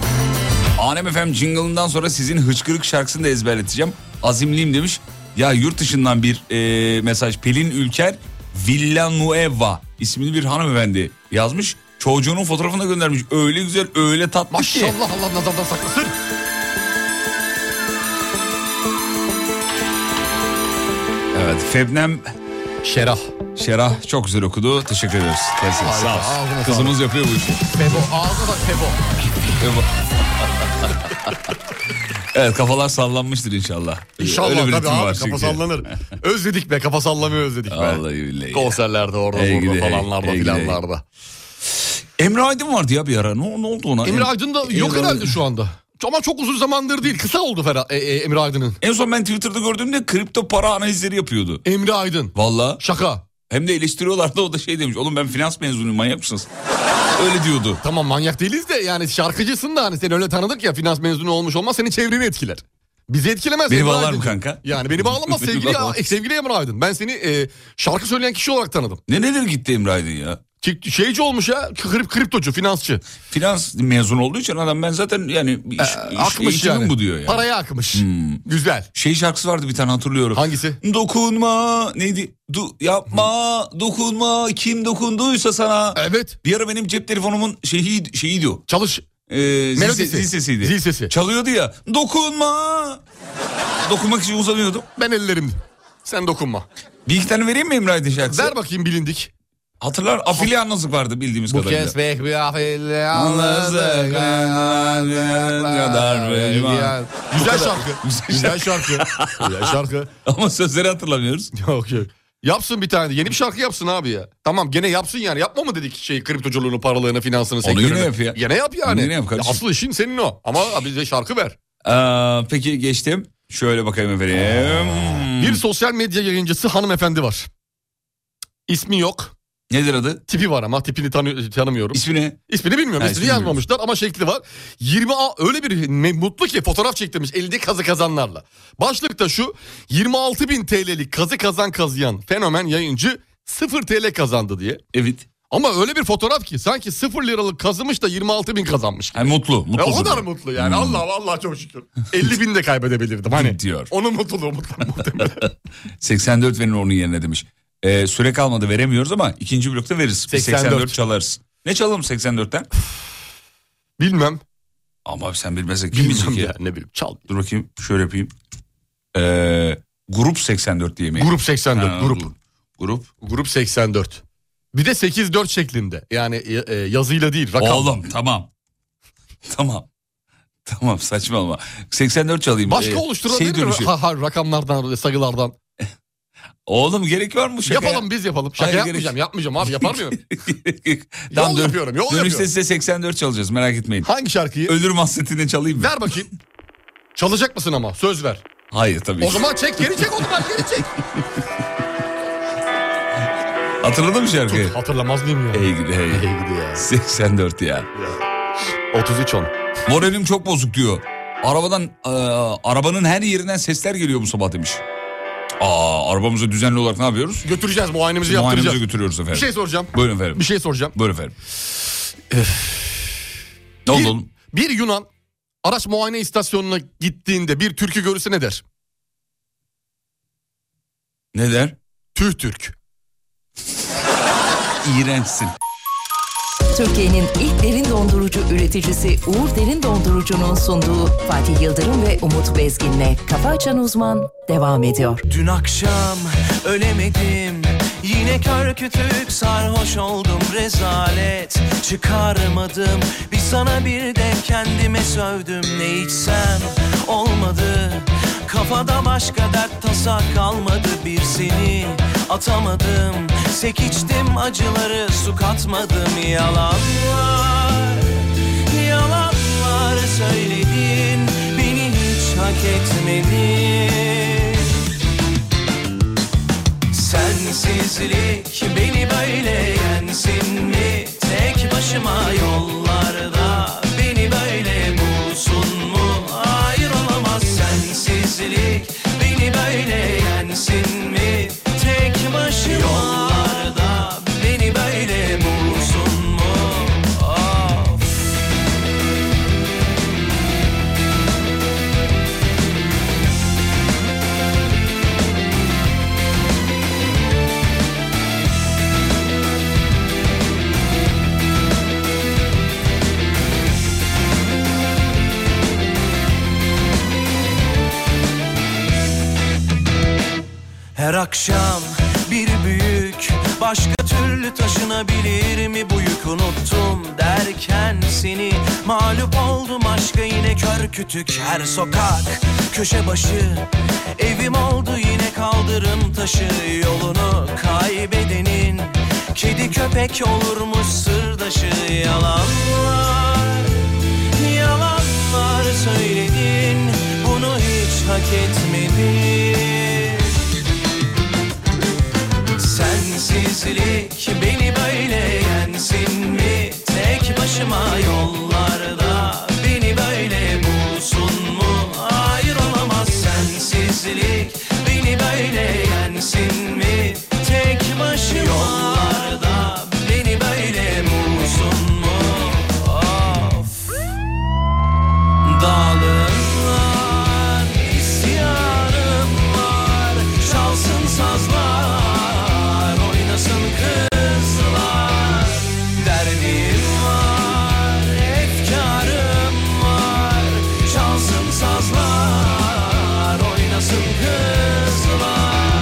Hanem FM jingle'ından sonra sizin hıçkırık şarkısını da ezberleteceğim. Azimliyim demiş. Ya yurt dışından bir e, mesaj. Pelin Ülker Villanueva isimli bir hanımefendi yazmış. Çocuğunun fotoğrafını da göndermiş. Öyle güzel, öyle tatlı ki. maşallah Allah nazardan saklasın. Evet, Febnem Şerah. Şerah çok güzel okudu. Teşekkür ederiz. Teşekkür ederiz. Sağ Harika, olsun. ağzına sağlık. Kızımız yapıyor bu <laughs> işi. Febo. Ağzına bak Febo. Ve bu- evet, kafalar sallanmıştır inşallah. İnşallah Öyle bir tabii ritim abi var kafa çünkü. sallanır. Özledik be kafa sallamayı özledik be. Vallahi billahi. Konserlerde orada Ey burada gidi, ey, falanlarda ey gidi, ey. filanlarda. Emre Aydın vardı ya bir ara. Ne, ne oldu ona? Emre Em- Aydın da yok Emre- herhalde şu anda. Ama çok uzun zamandır değil. Kısa oldu Ferah, e, e, Emre Aydın'ın. En son ben Twitter'da gördüğümde kripto para analizleri yapıyordu. Emre Aydın. Valla. Şaka. Hem de eleştiriyorlardı o da şey demiş. Oğlum ben finans mezunuyum manyak mısınız? Öyle diyordu. Tamam manyak değiliz de yani şarkıcısın da hani seni öyle tanıdık ya finans mezunu olmuş olmaz senin çevreni etkiler. Bizi etkilemez. Beni Emre bağlar mı Aydıncığım. kanka? Yani <laughs> beni bağlamaz Beni sevgili, bağlamaz. e, sevgili Emre Aydın. Ben seni e, şarkı söyleyen kişi olarak tanıdım. Ne nedir gitti Emre Aydın ya? Ki- Şeyci olmuş ya krip, kriptocu, finansçı. Finans mezun olduğu için adam ben zaten yani iş, iş Ee, E, akmış eğitimim yani. bu diyor yani. Paraya akmış. Güzel. Şey şarkısı vardı bir tane hatırlıyorum. Hangisi? Dokunma neydi? Du, yapma dokunma kim dokunduysa sana. Evet. Bir ara benim cep telefonumun şeyi şeyiydi o. Çalış. Ee, zil, Melodisi. zil sesiydi. Zil sesi. Çalıyordu ya. Dokunma. Dokunmak için uzanıyordum. Ben ellerim. Sen dokunma. Bir iki tane vereyim mi Emre Aydın şarkısı? Ver bakayım bilindik. Hatırlar afili yalnızlık vardı bildiğimiz kadarıyla. pek bir afili Yalnızlık, kadar pişman. Güzel şarkı. Güzel Güzel şarkı. Güzel şarkı. <laughs> Ama sözleri hatırlamıyoruz. Yok yok. Yapsın bir tane de. Yeni bir şarkı yapsın abi ya. Tamam gene yapsın yani. Yapma mı dedik şey kriptoculuğunu, paralığını, finansını, sektörünü. yine yap ya. Gene yap yani. Yine yap kardeşim. Ya Asıl işin senin o. Ama abi bize şarkı ver. Aa, Ee, peki geçtim. Şöyle bakayım efendim. Hmm. Bir sosyal medya yayıncısı hanımefendi var. İsmi yok. Nedir adı? Tipi var ama tipini tanı- tanımıyorum. İsmi ne? İsmini bilmiyorum. Ha, ismini ismini yazmamışlar ama şekli var. 20 A- öyle bir me- mutlu ki fotoğraf çektirmiş elde kazı kazanlarla. Başlıkta şu 26 bin TL'lik kazı kazan kazıyan fenomen yayıncı 0 TL kazandı diye. Evet. Ama öyle bir fotoğraf ki sanki 0 liralık kazımış da 26 bin kazanmış. Ha, mutlu. mutlu Hmm. Ya o durum. kadar mutlu yani Allah Allah çok <laughs> şükür. 50 bin de kaybedebilirdim hani. Diyor. Onun mutluluğu mutlu muhtemelen. 84 verin onun yerine demiş. Ee, süre kalmadı veremiyoruz ama ikinci blokta veririz. 84. 84 84 çalarız. Ne çalalım 84'ten? Bilmem. Ama sen bilmezsen kim bilecek Bilmem ya? ya ne bileyim çal. Dur bakayım şöyle yapayım. Ee, grup 84 diye mi? Grup 84 Ha, grup. dur. Grup. Grup 84. Bir de 8-4 şeklinde. Yani e, e, yazıyla değil rakam. Oğlum tamam. tamam. Tamam saçmalama. 84 çalayım. Başka Ee, oluşturabilir mi? dönüşü. Ha, ha, rakamlardan, sayılardan. Oğlum gerek var mı bu şakaya? Yapalım biz yapalım. Şaka Hayır, gerek- yapmayacağım. <laughs> Yapmayacağım abi yapar mıyım? Tamam, Yol yapıyorum, yol dönüşte yapıyorum. size 84 çalacağız merak etmeyin. Hangi şarkıyı? Ölür hasretini çalayım mı? Ver bakayım. Çalacak mısın ama? Söz ver. Hayır tabii O ki. zaman çek geri çek o zaman geri çek. <laughs> Hatırladın mı şey? şarkıyı? Hatırlamaz mıyım ya? Hey gidi hey. Hey gidi ya. 84 ya. 33 10. Moralim çok bozuk diyor. Arabadan e, arabanın her yerinden sesler geliyor bu sabah demiş. Aa arabamızı düzenli olarak ne yapıyoruz? Götüreceğiz muayenemizi yaptıracağız. Muayenemize götürüyoruz Bir efendim. şey soracağım. Buyurun efendim. Bir şey soracağım. Buyurun efendim. ne oldu Bir- oğlum? Bir Yunan araç muayene istasyonuna gittiğinde bir Türk'ü görürse ne der? Ne der? Tüh Türk. İğrençsin. Türkiye'nin ilk derin dondurucu üreticisi Uğur Derin Dondurucu'nun sunduğu Fatih Yıldırım ve Umut Bezgin'le Kafa Açan Uzman devam ediyor. Dün akşam ölemedim Yine kör kütük sarhoş oldum rezalet Çıkarmadım bir sana bir de kendime sövdüm Ne içsem olmadı Kafada başka dert tasa kalmadı bir seni Atamadım sek içtim acıları su katmadım Yalanlar Yalanlar söyledin Beni hiç hak etmedin Sensizlik beni böyle yensin mi? Tek başıma yollarda beni böyle bulsun mu? Hayır olamaz sensizlik beni böyle yensin mi? Tek başıma yollarda beni böyle bulsun mu? Of. Her akşam bir büyük Başka türlü taşınabilir mi bu yük unuttum derken seni Mağlup oldum aşka yine kör kütük her sokak Köşe başı evim oldu yine kaldırım taşı Yolunu kaybedenin kedi köpek olurmuş sırdaşı Yalanlar yalanlar söyledin Bunu hiç hak etmedin Sensizlik beni böyle yensin mi? Tek başıma yollarda beni böyle bulsun mu? Hayır olamaz sensizlik beni böyle yensin mi? Tek başıma yollarda beni böyle bulsun mu? Ah. Of Dağlarımlar, isyanım var Çalsın sazlar, oynasın kızlar Derdim var, efkarım var Çalsın sazlar, oynasın kızlar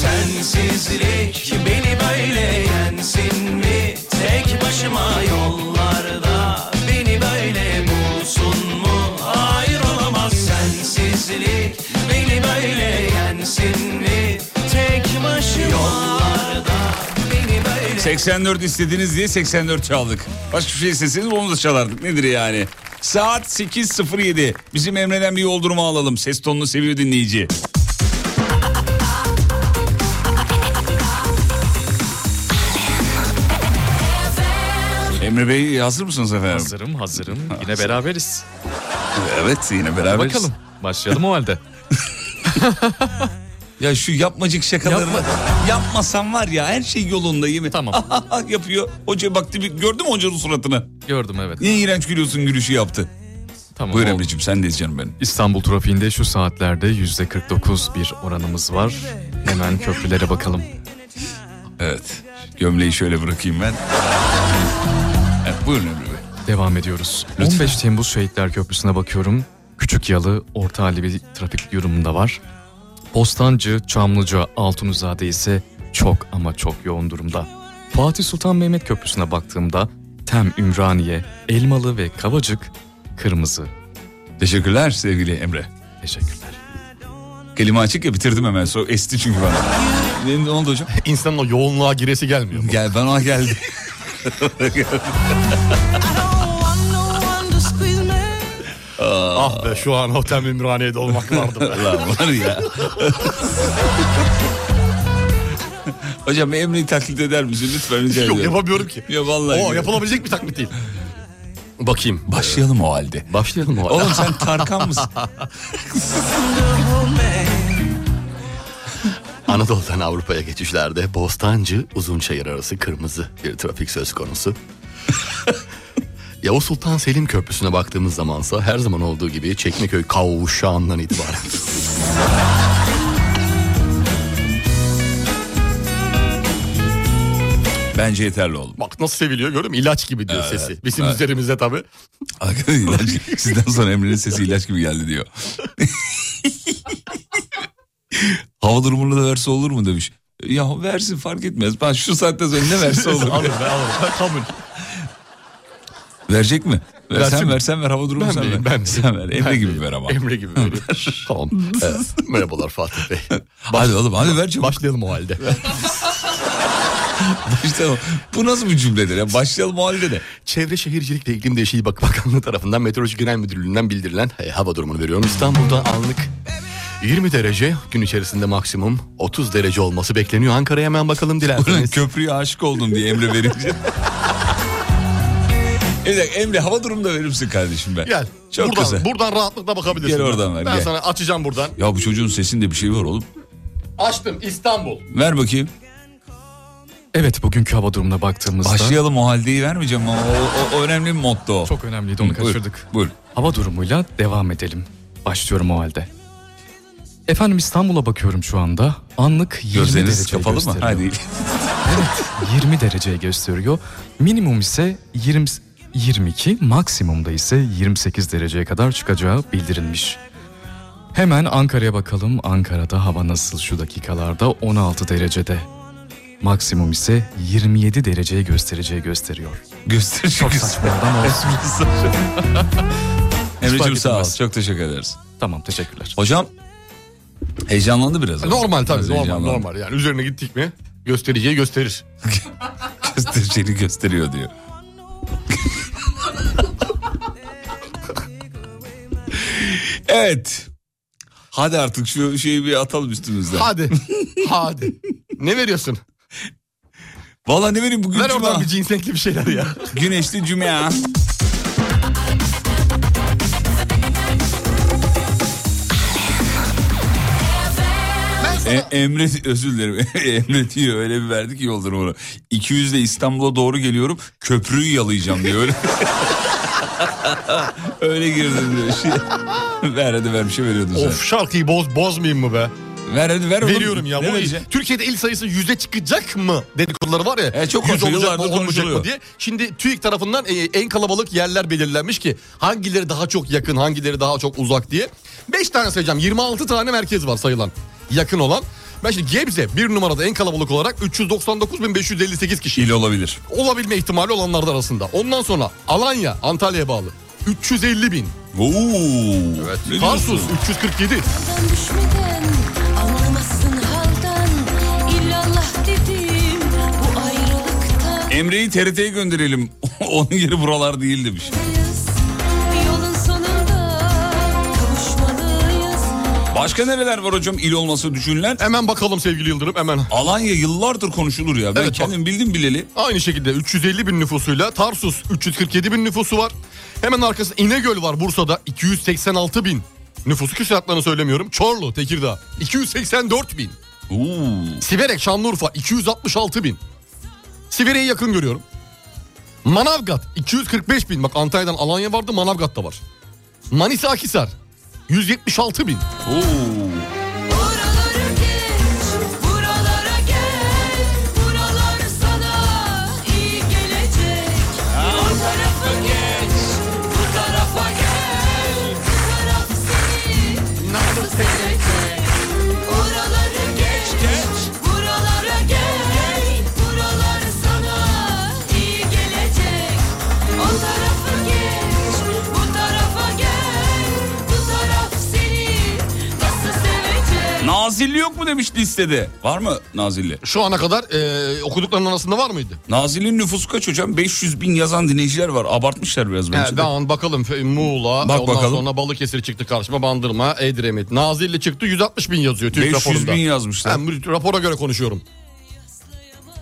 Sensizlik beni böyle yensin mi? Tek başıma yollarda beni böyle bulsun mu? Hayır olamaz sensizlik beni böyle yensin mi? Tek başıma yollarda beni böyle 84 istediniz diye 84 çaldık. Başka bir şey isteseniz onu da çalardık. Nedir yani? Saat 8.07. Bizim Emre'den bir yoldurma alalım. Ses tonunu seviyor dinleyici. Emre Bey hazır mısınız efendim? Hazırım hazırım. Yine beraberiz. Evet yine beraberiz. Bakalım. Başlayalım o halde. <laughs> Ya şu yapmacık şakaları Yapma. yapmasam var ya her şey yolunda yemin. Tamam. <laughs> Yapıyor. Hoca baktı bir gördün mü hocanın suratını? Gördüm evet. Niye iğrenç gülüyorsun gülüşü yaptı. Tamam. Buyur oldu. Emre'cim sen de canım benim. İstanbul trafiğinde şu saatlerde %49 bir oranımız var. Hemen köprülere bakalım. Evet. Gömleği şöyle bırakayım ben. Evet, buyurun Emre Bey. Devam ediyoruz. Lütfen. 15 Temmuz Şehitler Köprüsü'ne bakıyorum. Küçük Yalı, orta halli bir trafik durumunda var. Bostancı, Çamlıca, Altunizade ise çok ama çok yoğun durumda. Fatih Sultan Mehmet Köprüsü'ne baktığımda Tem Ümraniye, Elmalı ve Kavacık kırmızı. Teşekkürler sevgili Emre. Teşekkürler. Kelime açık ya bitirdim hemen. So esti çünkü bana. ne, ne oldu hocam? <laughs> İnsanın o yoğunluğa giresi gelmiyor. mu? Gel bana <laughs> geldi. ah be şu an Hotel Ümraniye'de olmak vardı. be. Lan var ya. Hocam Emre'yi taklit eder misin lütfen rica <laughs> Yok ediyorum. yapamıyorum ki. Ya vallahi. O yapılabilecek bir taklit değil. Bakayım. Başlayalım o halde. Başlayalım o Oğlum sen Tarkan mısın? <laughs> Anadolu'dan Avrupa'ya geçişlerde Bostancı Uzunçayır arası kırmızı bir trafik söz konusu. <laughs> Yavuz Sultan Selim Köprüsü'ne baktığımız zamansa her zaman olduğu gibi Çekmeköy kavşağından itibaren. <laughs> Bence yeterli oğlum. Bak nasıl seviliyor görüyor musun? İlaç gibi diyor sesi. Bizim üzerimizde tabii. Arkadaş ilaç- sizden sonra Emre'nin sesi ilaç gibi geldi diyor. Hava durumunu da verse olur mu demiş. Ya versin fark etmez. Ben şu saatten sonra ne verse olur. alırım ben alırım. Ben kabul. Verecek mi? Versen Versin mi? versen ver hava durumu Ben sen miyim, ver. ben miyim? sen ver. Emre Ben gibi miyim? ver ama. Emre <laughs> gibi böyle. tamam. Evet. merhabalar Fatih Bey. Hadi oğlum hadi ver çabuk. Başlayalım <laughs> o halde. İşte o. Bu nasıl bir cümledir ya? Başlayalım o halde de. Çevre Şehircilik ve İklim Değişikliği Bak- Bakanlığı tarafından Meteoroloji Genel Müdürlüğü'nden bildirilen e, hava durumunu veriyorum. İstanbul'da anlık 20 derece gün içerisinde maksimum 30 derece olması bekleniyor. Ankara'ya hemen bakalım Ulan dilerseniz. köprüye aşık oldum diye Emre <laughs> verince. Emre, Emre hava durumu da verir misin kardeşim ben? Gel. Çok buradan, güzel. buradan rahatlıkla bakabilirsin. Gel oradan ver, Ben gel. sana açacağım buradan. Ya bu çocuğun sesinde bir şey var oğlum. Açtım İstanbul. Ver bakayım. Evet bugünkü hava durumuna baktığımızda Başlayalım o haldeyi vermeyeceğim ama o, o, o önemli bir motto. o. çok önemliydi onu Hı, buyur, kaçırdık. Buyur. Hava durumuyla devam edelim. Başlıyorum o halde. Efendim İstanbul'a bakıyorum şu anda. Anlık 20 Gözleriniz derece kapalı mı? gösteriyor. Ha değil. 20 dereceye gösteriyor. Minimum ise 20, 22, maksimumda ise 28 dereceye kadar çıkacağı bildirilmiş. Hemen Ankara'ya bakalım. Ankara'da hava nasıl şu dakikalarda? 16 derecede. Maksimum ise 27 dereceye göstereceği gösteriyor. Göster şu Çok kız. saçmadan olsun. <laughs> Emre'cim sağ ol. etmez. Çok teşekkür ederiz. tamam teşekkürler. Hocam <laughs> heyecanlandı biraz. ama. Normal tabii Biraz normal heyecanlandı. normal. Yani üzerine gittik mi göstereceği gösterir. Göstereceğini gösteriyor diyor. <laughs> evet. Hadi artık şu şeyi bir atalım üstümüzden. Hadi. Hadi. Ne veriyorsun? Vallahi ne vereyim bugün Ver cuma. oradan bir cinsenkli bir şeyler ya. <laughs> Güneşli cuma. E, Emre özür dilerim. <laughs> Emre diyor öyle bir verdi ki yoldan onu. 200 ile İstanbul'a doğru geliyorum. Köprüyü yalayacağım diyor. Öyle, <laughs> öyle girdim diyor. Şey, ver hadi ver bir şey veriyordun sen. Of şarkıyı boz bozmayayım mı be? Ver hadi ver. oğlum. Veriyorum ya. Ne Bu vereceksin? Türkiye'de il sayısı yüze çıkacak mı dedikoduları var ya. E, çok yüz konuşuyor, olacak yıllardır mı olmayacak konuşuluyor. mı diye. Şimdi TÜİK tarafından e, en kalabalık yerler belirlenmiş ki hangileri daha çok yakın hangileri daha çok uzak diye. 5 tane sayacağım 26 tane merkez var sayılan yakın olan. Ben şimdi Gebze bir numarada en kalabalık olarak 399.558 kişi İl olabilir. olabilme ihtimali olanlar da arasında. Ondan sonra Alanya Antalya'ya bağlı 350 bin. Oo. Evet. Tarsus 347. Halden düşmeden anlamazsın halden İllallah dedim bu ayrılıkta Emre'yi TRT'ye gönderelim. <laughs> Onun yeri buralar değil demiş. Yolun sonunda kavuşmalıyız Başka nereler var hocam il olması düşünülen? Hemen bakalım sevgili Yıldırım hemen. Alanya yıllardır konuşulur ya. Ben Evet, kendim bildim bileli. Aynı şekilde 350 bin nüfusuyla Tarsus 347 bin nüfusu var. Hemen arkasında İnegöl var Bursa'da 286 bin. Nüfusu küsuratlarını söylemiyorum. Çorlu, Tekirdağ 284 bin. Oo. Siverek, Şanlıurfa 266 bin. Siverek'i yakın görüyorum. Manavgat 245 bin. Bak Antalya'dan Alanya vardı Manavgat'ta var. Manisa Akhisar 176 bin. Oo. Buraları geç buralara gel Buralar sana iyi gelecek Bu tarafı geç bu tarafa gel Bu taraf seni nasıl sevecek Buraları geç geç buralara gel Buralar sana iyi gelecek O tarafa geç bu tarafa gel Bu taraf seni nasıl sevecek Nazilli yok mu demiş listede. Var mı Nazilli? Şu ana kadar e, okuduklarının arasında var mıydı? Nazilli'nin nüfusu kaç hocam? 500 bin yazan dinleyiciler var. Abartmışlar biraz bence He, de. Dağın bakalım Fe- Muğla, Bak ondan bakalım. sonra Balıkesir çıktı karşıma, Bandırma, Edremit. Nazilli çıktı 160 bin yazıyor TÜİK 500 raporunda. bin yazmışlar. Ben bu rapora göre konuşuyorum.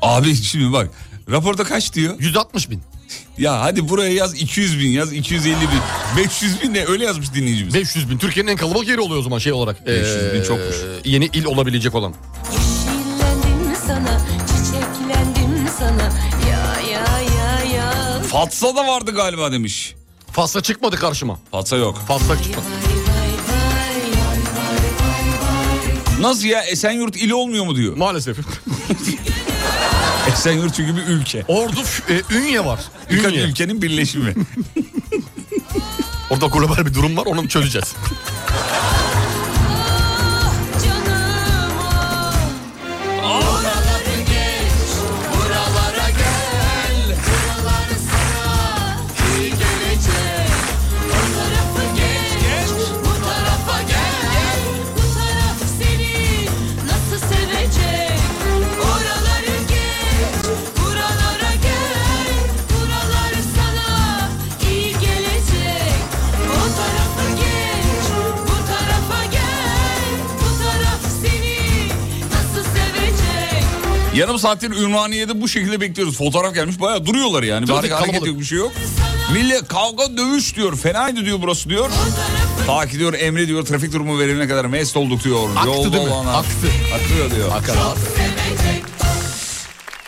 Abi şimdi bak raporda kaç diyor? 160 bin. Ya hadi buraya yaz 200 bin yaz 250 bin 500 bin ne öyle yazmış dinleyicimiz. 500 bin. Türkiye'nin en kalabalık yeri oluyor o zaman şey olarak. 500 bin Ee, çokmuş. Yeni il olabilecek olan. Yeşillendim sana, çiçeklendim sana Ya ya ya ya Fatsa da vardı galiba demiş. Fasla çıkmadı karşıma. Fatsa yok. Fasla çıkmadı. Nasıl ya Esenyurt ili olmuyor mu diyor. Maalesef. <laughs> Esenyurt çünkü bir ülke. Ordu f- e, Ünye var. Birkaç Ünye. ülkenin birleşimi. <laughs> Orada global bir durum var onu çözeceğiz. Canım ah Oraları geç, buralara gel Buralar sana iyi gelecek O tarafı geç, bu tarafa gel Bu taraf seni nasıl sevecek Oraları geç, buralara gel Buralar sana iyi gelecek O tarafı geç, bu tarafa gel Bu taraf seni nasıl sevecek Yarım saattir Ümraniye'de bu şekilde bekliyoruz. Fotoğraf gelmiş bayağı duruyorlar yani. Bari Trafik hareket kalabalık. yok bir şey yok. Millet kavga dövüş diyor. Fenaydı diyor burası diyor. Ta ki diyor Emre diyor trafik durumu verilene kadar mest olduk diyor. Aktı Yolda değil mi? olana. Aktı. Akıyor diyor.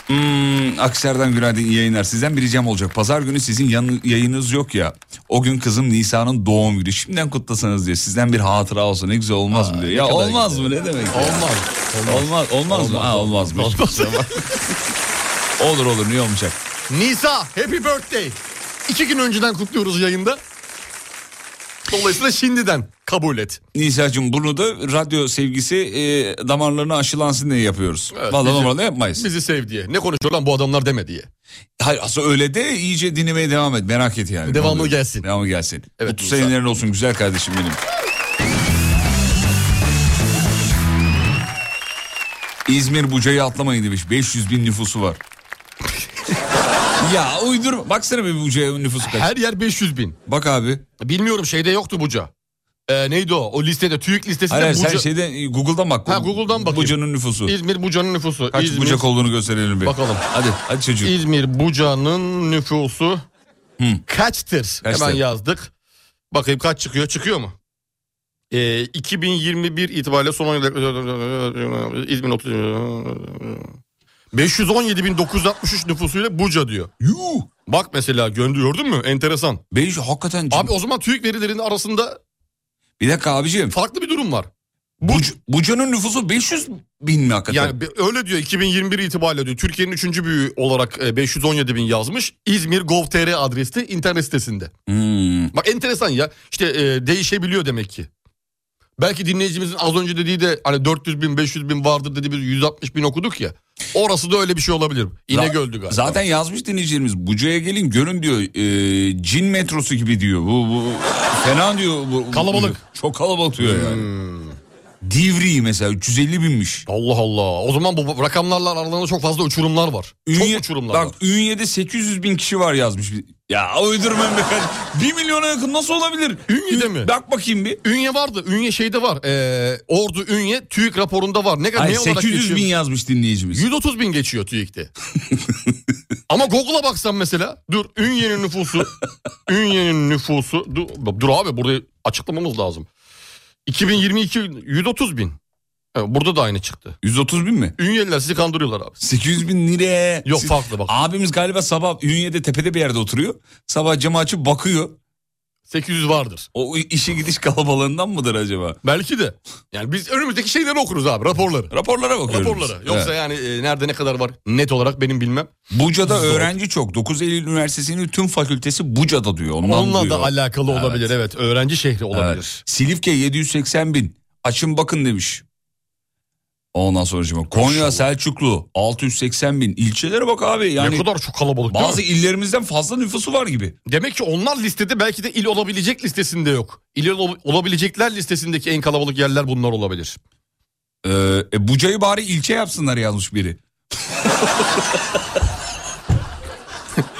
Hmm, Akser'den günaydın iyi yayınlar. Sizden bir ricam olacak. Pazar günü sizin yan- yayınınız yok ya. O gün kızım Nisa'nın doğum günü. Şimdiden kutlasanız diyor. Sizden bir hatıra olsun. Ne güzel olmaz mı diyor. Ya kadar olmaz mı ne demek? ya? Olmaz. Olmaz. Olmaz, mı? Ha, olmazmış. <laughs> olur olur niye olmayacak? Nisa happy birthday. İki gün önceden kutluyoruz yayında. Dolayısıyla şimdiden kabul et. Nisa'cığım bunu da radyo sevgisi e, damarlarına aşılansın diye yapıyoruz. Evet, Vallahi bizim- normalde yapmayız. Bizi sev diye. Ne konuşuyor lan bu adamlar deme diye. Hayır aslında öyle de iyice dinlemeye devam et merak et yani. Devamı Ne oluyor? gelsin. Devamı gelsin. Evet, Mutlu Nisa. senelerin olsun güzel kardeşim benim. İzmir Buca'yı atlamayın demiş. 500 bin nüfusu var. <laughs> ya uydurma. Baksana bir Buca'ya nüfusu kaç. Her yer 500 bin. Bak abi. Bilmiyorum şeyde yoktu Buca. Ee, neydi o? O listede TÜİK listesinde Hayır, hayır, Buca. sen şeyden e, Google'dan bak. Ha, Google'dan bakayım. Buca'nın nüfusu. İzmir Buca'nın nüfusu. Kaç İzmir, bucak olduğunu gösterelim bir. Bakalım. Hadi hadi çocuğum. İzmir Buca'nın nüfusu kaçtır? Kaçtır? Hemen yazdık. Bakayım kaç çıkıyor? Çıkıyor mu? Ee, 2021 itibariyle son 10 yılda- İzmir 30 517.963 nüfusuyla Buca diyor. Yuh. Bak mesela göndü gördün mü? Enteresan. Beş hakikaten. Abi o zaman TÜİK verilerinin arasında bir dakika abicim. farklı bir durum var. Buc- Buca'nın nüfusu 500 bin mi hakikaten? Yani be- öyle diyor 2021 itibariyle diyor. Türkiye'nin üçüncü büyüğü olarak e, 517 bin yazmış. İzmir Gov.tr adresli internet sitesinde. Hmm. Bak enteresan ya. İşte e, değişebiliyor demek ki. Belki dinleyicimizin az önce dediği de hani 400 bin 500 bin vardır dediğimiz 160 bin okuduk ya. Orası da öyle bir şey olabilir. İnegöl'dü galiba. Zaten yazmış dinleyicilerimiz. Buca'ya gelin görün diyor. Ee, cin metrosu gibi diyor. Bu, bu fena diyor. Bu, bu- Kalabalık. çok kalabalık diyor yani. Divri mesela 350 binmiş. Allah Allah. O zaman bu rakamlarla aralarında çok fazla uçurumlar var. Ünye- çok uçurumlar var. Bak Ünye'de 800 bin kişi var yazmış. Ya uydurmayın be. 1 milyona yakın nasıl olabilir? Ünye'de mi? Bak bakayım bir. Ünye vardı. Ünye şeyde var. Ee, Ordu Ünye TÜİK raporunda var. Ne kadar Hayır, ne olarak 800 geçiyor? bin yazmış dinleyicimiz. 130 bin geçiyor TÜİK'te. <laughs> Ama Google'a baksan mesela. Dur <laughs> Ünye'nin nüfusu. Ünye'nin nüfusu. Dur, dur abi burada açıklamamız lazım. 2022 130 bin. Evet, burada da aynı çıktı. 130 bin mi? Ünyeliler sizi kandırıyorlar abi. 800 bin liraya. Yok, Siz- farklı bak. Abimiz galiba sabah Ünye'de tepede bir yerde oturuyor. Sabah camı açıp bakıyor. 800 vardır. O işe gidiş kalabalığından mıdır acaba? Belki de. Yani biz önümüzdeki şeyleri okuruz abi raporları. Raporlara bakıyoruz. Raporları. biz. Yoksa Evet. yani e, nerede ne kadar var net olarak benim bilmem. Buca'da öğrenci çok. 9 Eylül Üniversitesi'nin tüm fakültesi Buca'da diyor. Ondan Onunla da diyor. alakalı Evet. olabilir evet. Öğrenci şehri olabilir. Evet. Silifke 780 bin. Açın bakın demiş. Ondan sonra şimdi Konya Selçuklu 680 bin. İlçelere bak abi yani ne kadar çok kalabalık değil bazı mi? illerimizden fazla nüfusu var gibi. Demek ki onlar listede belki de il olabilecek listesinde yok. İl ol- olabilecekler listesindeki en kalabalık yerler bunlar olabilir. Ee, e, Buca'yı bari ilçe yapsınlar yazmış <laughs> biri.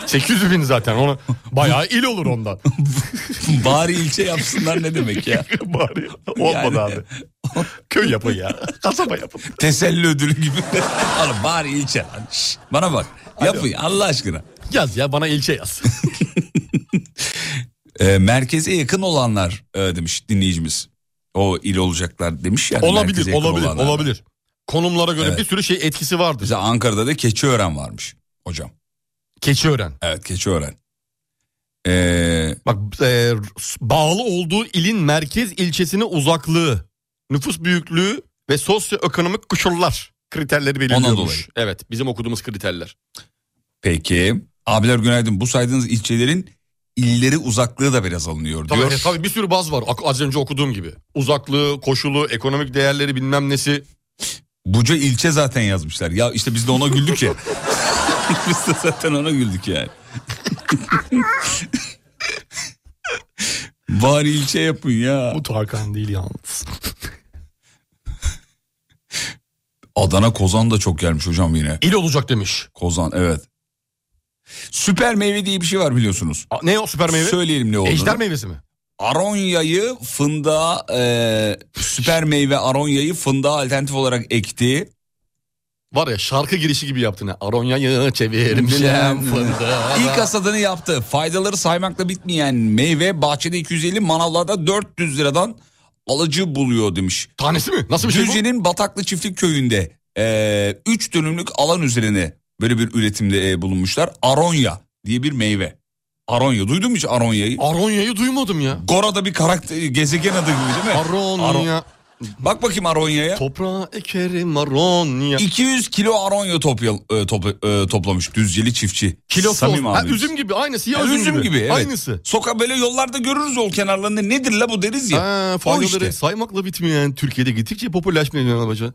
800 bin zaten ona bayağı il <laughs> olur ondan. bari ilçe yapsınlar ne demek ya? <laughs> Bari olmadı Yani- abi. Köy yapın ya. Kasaba yapın. Teselli ödülü gibi. <laughs> Oğlum bari ilçe lan. Şş, bana bak. Yapın Allah aşkına. Yaz ya bana ilçe yaz. Ee, merkeze yakın olanlar e, demiş dinleyicimiz. O il olacaklar demiş ya. olabilir, olabilir, olabilir. Konumlara göre Evet. bir sürü şey etkisi vardır. Mesela Ankara'da da Keçiören varmış hocam. Keçiören. Evet Keçiören. Ee, Bak e, bağlı olduğu ilin merkez ilçesine uzaklığı, nüfus büyüklüğü ve sosyoekonomik koşullar kriterleri belirliyormuş. dolayı. Evet, bizim okuduğumuz kriterler. peki. Abiler günaydın. Bu saydığınız ilçelerin illeri uzaklığı da biraz alınıyor Tabii, diyor. e, tabii bir sürü baz var. Ak- Az önce okuduğum gibi. Uzaklığı, koşulu, ekonomik değerleri bilmem nesi. Buca ilçe zaten yazmışlar. Ya işte biz de ona güldük <laughs> ya. biz de zaten ona güldük yani. Bari ilçe yapın ya. Bu Tarkan değil yalnız. Adana Kozan da çok gelmiş hocam yine. İl olacak demiş. Kozan evet. Süper meyve diye bir şey var biliyorsunuz. A, ne o süper meyve? Söyleyelim ne olduğunu. Ejder meyvesi mi? Aronya'yı fındığa e, süper meyve Aronya'yı fındığa alternatif olarak ekti. Var ya şarkı girişi gibi yaptın ha. Aronya'yı çevirmişim fındığa. İlk hasadını yaptı. Faydaları saymakla bitmeyen meyve bahçede 250 manavlarda 400 liradan alıcı buluyor demiş. Tanesi mi? Nasıl bir şey bu? Düzce'nin Bataklı Çiftlik Köyü'nde 3 dönümlük alan üzerine böyle bir üretimde e, bulunmuşlar. Aronya diye bir meyve. Aronya duydun mu hiç Aronya'yı? Aronya'yı duymadım ya. Gora'da bir karakter e, gezegen adı gibi değil mi? Aronya. Aron- Bak bakayım Aronya'ya. Toprağa ekerim Aronya. 200 kilo aronya topya- e, topla- e, toplamış düzceli çiftçi. Kilosu Samim olsun. Ha, abimiz. üzüm gibi aynısı ya Ya üzüm, gibi. evet. Aynısı. Sokağa böyle yollarda görürüz yol kenarlarında nedir la bu deriz ya. Ha, o faydaları işte. saymakla bitmeyen Türkiye'de gittikçe popülerleşmiyor anabacı.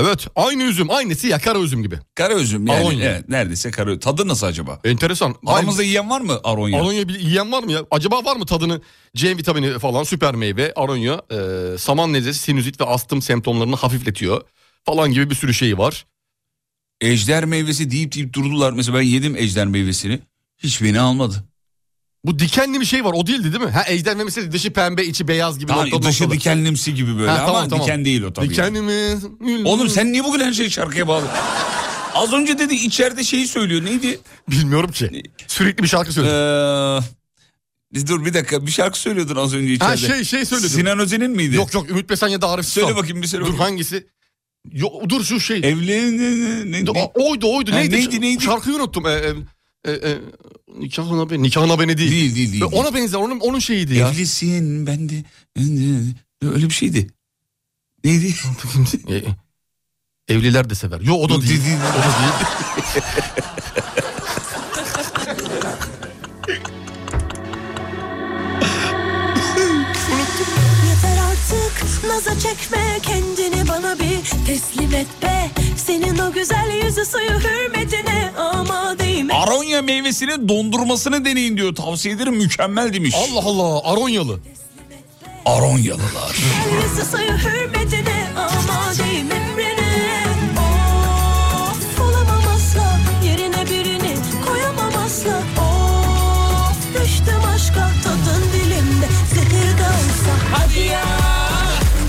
Evet aynı üzüm aynısı ya kara üzüm gibi. Kara üzüm yani. Aronya. Evet, neredeyse kara Tadı nasıl acaba? Enteresan. Aramızda yiyen var mı aronya? Aynı- Aronya bir yiyen var mı ya? Acaba var mı tadını? C vitamini falan süper meyve. Aronya e, saman nezlesi sinüzit ve astım semptomlarını hafifletiyor. Falan gibi bir sürü şeyi var. Ejder meyvesi deyip deyip durdular. Mesela ben yedim ejder meyvesini. Hiç beni almadı. Bu dikenli bir şey var o değildi değil mi? Ha ejder memesi dışı pembe içi beyaz gibi. Tamam, nokta dışı noktalı. dikenlimsi gibi böyle Ha, ama tamam, tamam. diken değil o tabii. Dikenli mi? Oğlum sen niye bugün her şeyi şarkıya bağlı? Az önce dedi içeride şeyi söylüyor. Neydi? Bilmiyorum ki. Sürekli bir şarkı söylüyor. Ee, dur bir dakika bir şarkı söylüyordun az önce içeride. ha şey şey söyledim. Sinan Özen'in miydi? Yok yok Ümit Besen ya da Arif Söyle Sinan. bakayım bir söyle Dur bakayım. hangisi? Yok, dur şu şey. Evli ne, ne, Dur, ne- a- oydu oydu Ha, neydi? neydi, neydi? Şarkıyı unuttum. Ee, e, e, e, nikahına, be, nikahına beni değil. Değil değil değil. Ve Ona benzer onun, onun şeyiydi ya. Evlisin ben de öyle bir şeydi. <laughs> Neydi? E, Evliler de sever. Yo o da Yok, değil. değil, değil. O da değil. <laughs> Yeter artık naza çekme kendini bana bir teslim et be Senin o güzel yüzü suyu hürmetine ama değme Aronya meyvesinin dondurmasını deneyin diyor. Tavsiye ederim mükemmel demiş. Allah Allah Aronyalı. Aronyalılar. Güzel yüzü suyu hürmetine ama değme emrine Of olamam asla yerine birini koyamam asla Of düştüm aşka tadın dilimde zehir de olsa Hadi ya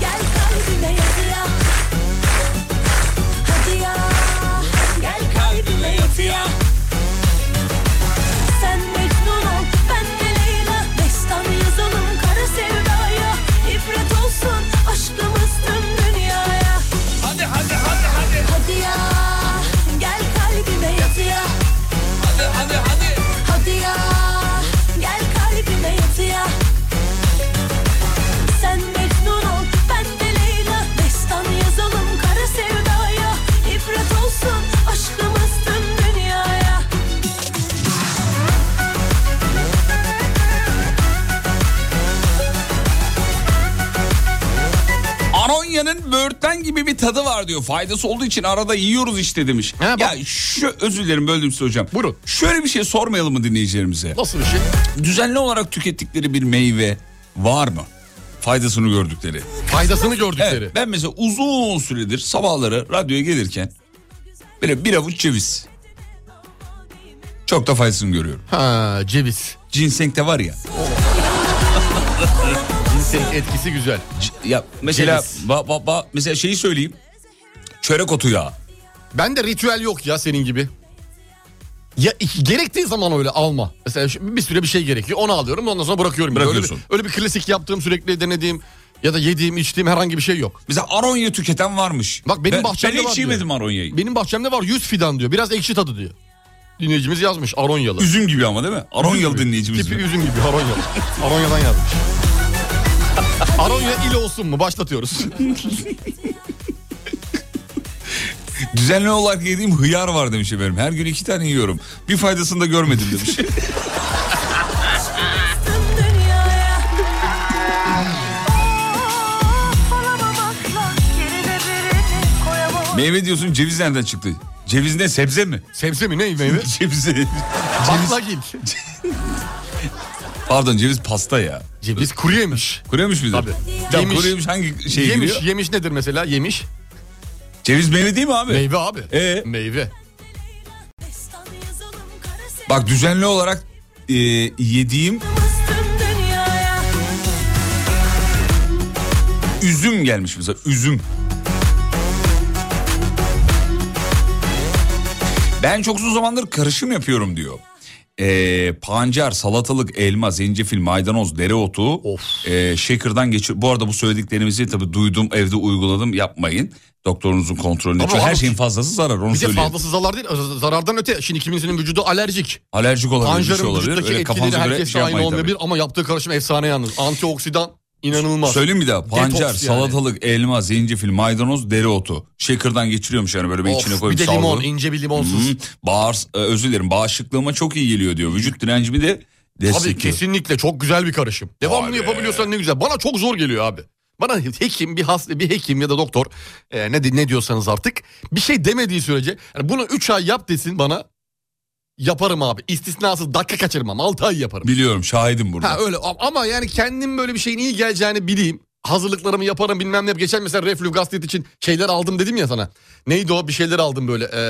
gel kalbime yazı ya Hadi ya gel kalbime yatı ya Sen Mecnun ol ben de Leyla Destan yazalım kara sevdaya İbret olsun aşkımız tüm dünyaya Hadi hadi hadi hadi Hadi ya gel kalbime yatı ya hadi hadi hadi Hadi ya gel kalbime yatı ya Sen Mecnun ol ben de Leyla Destan yazalım kara sevdaya İbret olsun aşkımız tüm dünyaya Aronya'nın böğürtlen gibi bir tadı var diyor. Faydası olduğu için arada yiyoruz işte demiş. Ha, bak- ya şu özür dilerim böldüm size hocam. Buyurun. Şöyle bir şey sormayalım mı dinleyicilerimize? Nasıl bir şey? Düzenli olarak tükettikleri bir meyve var mı? Faydasını gördükleri. Faydasını gördükleri. Evet, ben mesela uzun süredir sabahları radyoya gelirken böyle bir avuç ceviz. Çok da faydasını görüyorum. <laughs> Ha ceviz. Ginseng de var ya. Etkisi, etkisi güzel. C- Ya mesela Ceviz. ba, ba, ba- mesela şeyi söyleyeyim. Çörek otu yağı. Ben de ritüel yok ya senin gibi. Ya iki- gerektiği zaman öyle alma. Mesela şu- bir süre bir şey gerekiyor. Onu alıyorum ondan sonra bırakıyorum. Öyle bir- Bırakıyorsun. Öyle bir, klasik yaptığım sürekli denediğim ya da yediğim içtiğim herhangi bir şey yok. Mesela aronya tüketen varmış. Bak benim ben, bahçemde ben var hiç diyor. yemedim aronyayı. Benim bahçemde var 100 fidan diyor. Biraz ekşi tadı diyor. Dinleyicimiz yazmış Aronyalı. Üzüm gibi ama değil mi? Aronyalı dinleyicimiz. Tipi mi? üzüm gibi <laughs> Aronyalı. Aronyadan yazmış. Aronya il olsun mu? Başlatıyoruz. <laughs> Düzenli olarak yediğim hıyar var demiş efendim. Her gün iki tane yiyorum. Bir faydasını da görmedim <laughs> demiş. dünyaya Of olamam asla yerine birini koyamam meyve diyorsun ceviz nereden çıktı? Ceviz ne sebze mi? Sebze mi ne <laughs> meyve? Cevizi. Baklagil. Pardon ceviz pasta ya. Ceviz kuru yemiş. Kuruyormuş bir de. Tabii. Ya Yemiş. kuruyormuş hangi şey yemiş, giriyor? yemiş nedir mesela? Yemiş. Ceviz meyve değil mi abi? Meyve abi. Ee? Meyve. Destan yazalım kara Bak düzenli olarak e, yediğim sevdamız tüm dünyaya üzüm gelmiş bize. Üzüm. Ben çok uzun zamandır karışım yapıyorum diyor. Ee, pancar, salatalık, elma, zencefil, maydanoz, dereotu, Of. ee, shaker'dan geçir. Bu arada bu söylediklerimizi tabii duydum, evde uyguladım. Yapmayın. Doktorunuzun kontrolünde. Ama Çünkü her abi- şeyin fazlası zarar. Onu Bir de söyleyeyim. fazlası zarar değil, z- zarardan öte. Şimdi kimisinin vücudu alerjik. Alerjik olabilir, bir şey Pancarın olabilir. vücuttaki Öyle etkileri kafanıza göre herkeste şey aynı yapmayın tabii. olmayabilir ama yaptığı karışım efsane yalnız. Antioksidan inanılmaz. Söyleyeyim bir daha. Pancar, yani. salatalık, elma, zencefil, maydanoz, dereotu. Shaker'dan geçiriyormuş yani böyle bir Of, içine bir koyup de limon, savrulup. ince bir limonsuz. Hı, Bağır, e, özür dilerim bağışıklığıma çok iyi geliyor diyor. Vücut direncimi de Abi destekliyor. kesinlikle çok güzel bir karışım. Devamlı Vay be. yapabiliyorsan ne güzel. Bana çok zor geliyor abi. Bana hekim bir hasta bir hekim ya da doktor e, ne di- ne diyorsanız artık bir şey demediği sürece yani bunu 3 ay yap desin bana yaparım abi. İstisnasız dakika kaçırmam. 6 ay yaparım. Biliyorum şahidim burada. Ha öyle A- ama yani kendim böyle bir şeyin iyi geleceğini bileyim. Hazırlıklarımı yaparım bilmem ne. yap- Geçen mesela reflü gastrit için şeyler aldım dedim ya sana. Neydi o bir şeyler aldım böyle e,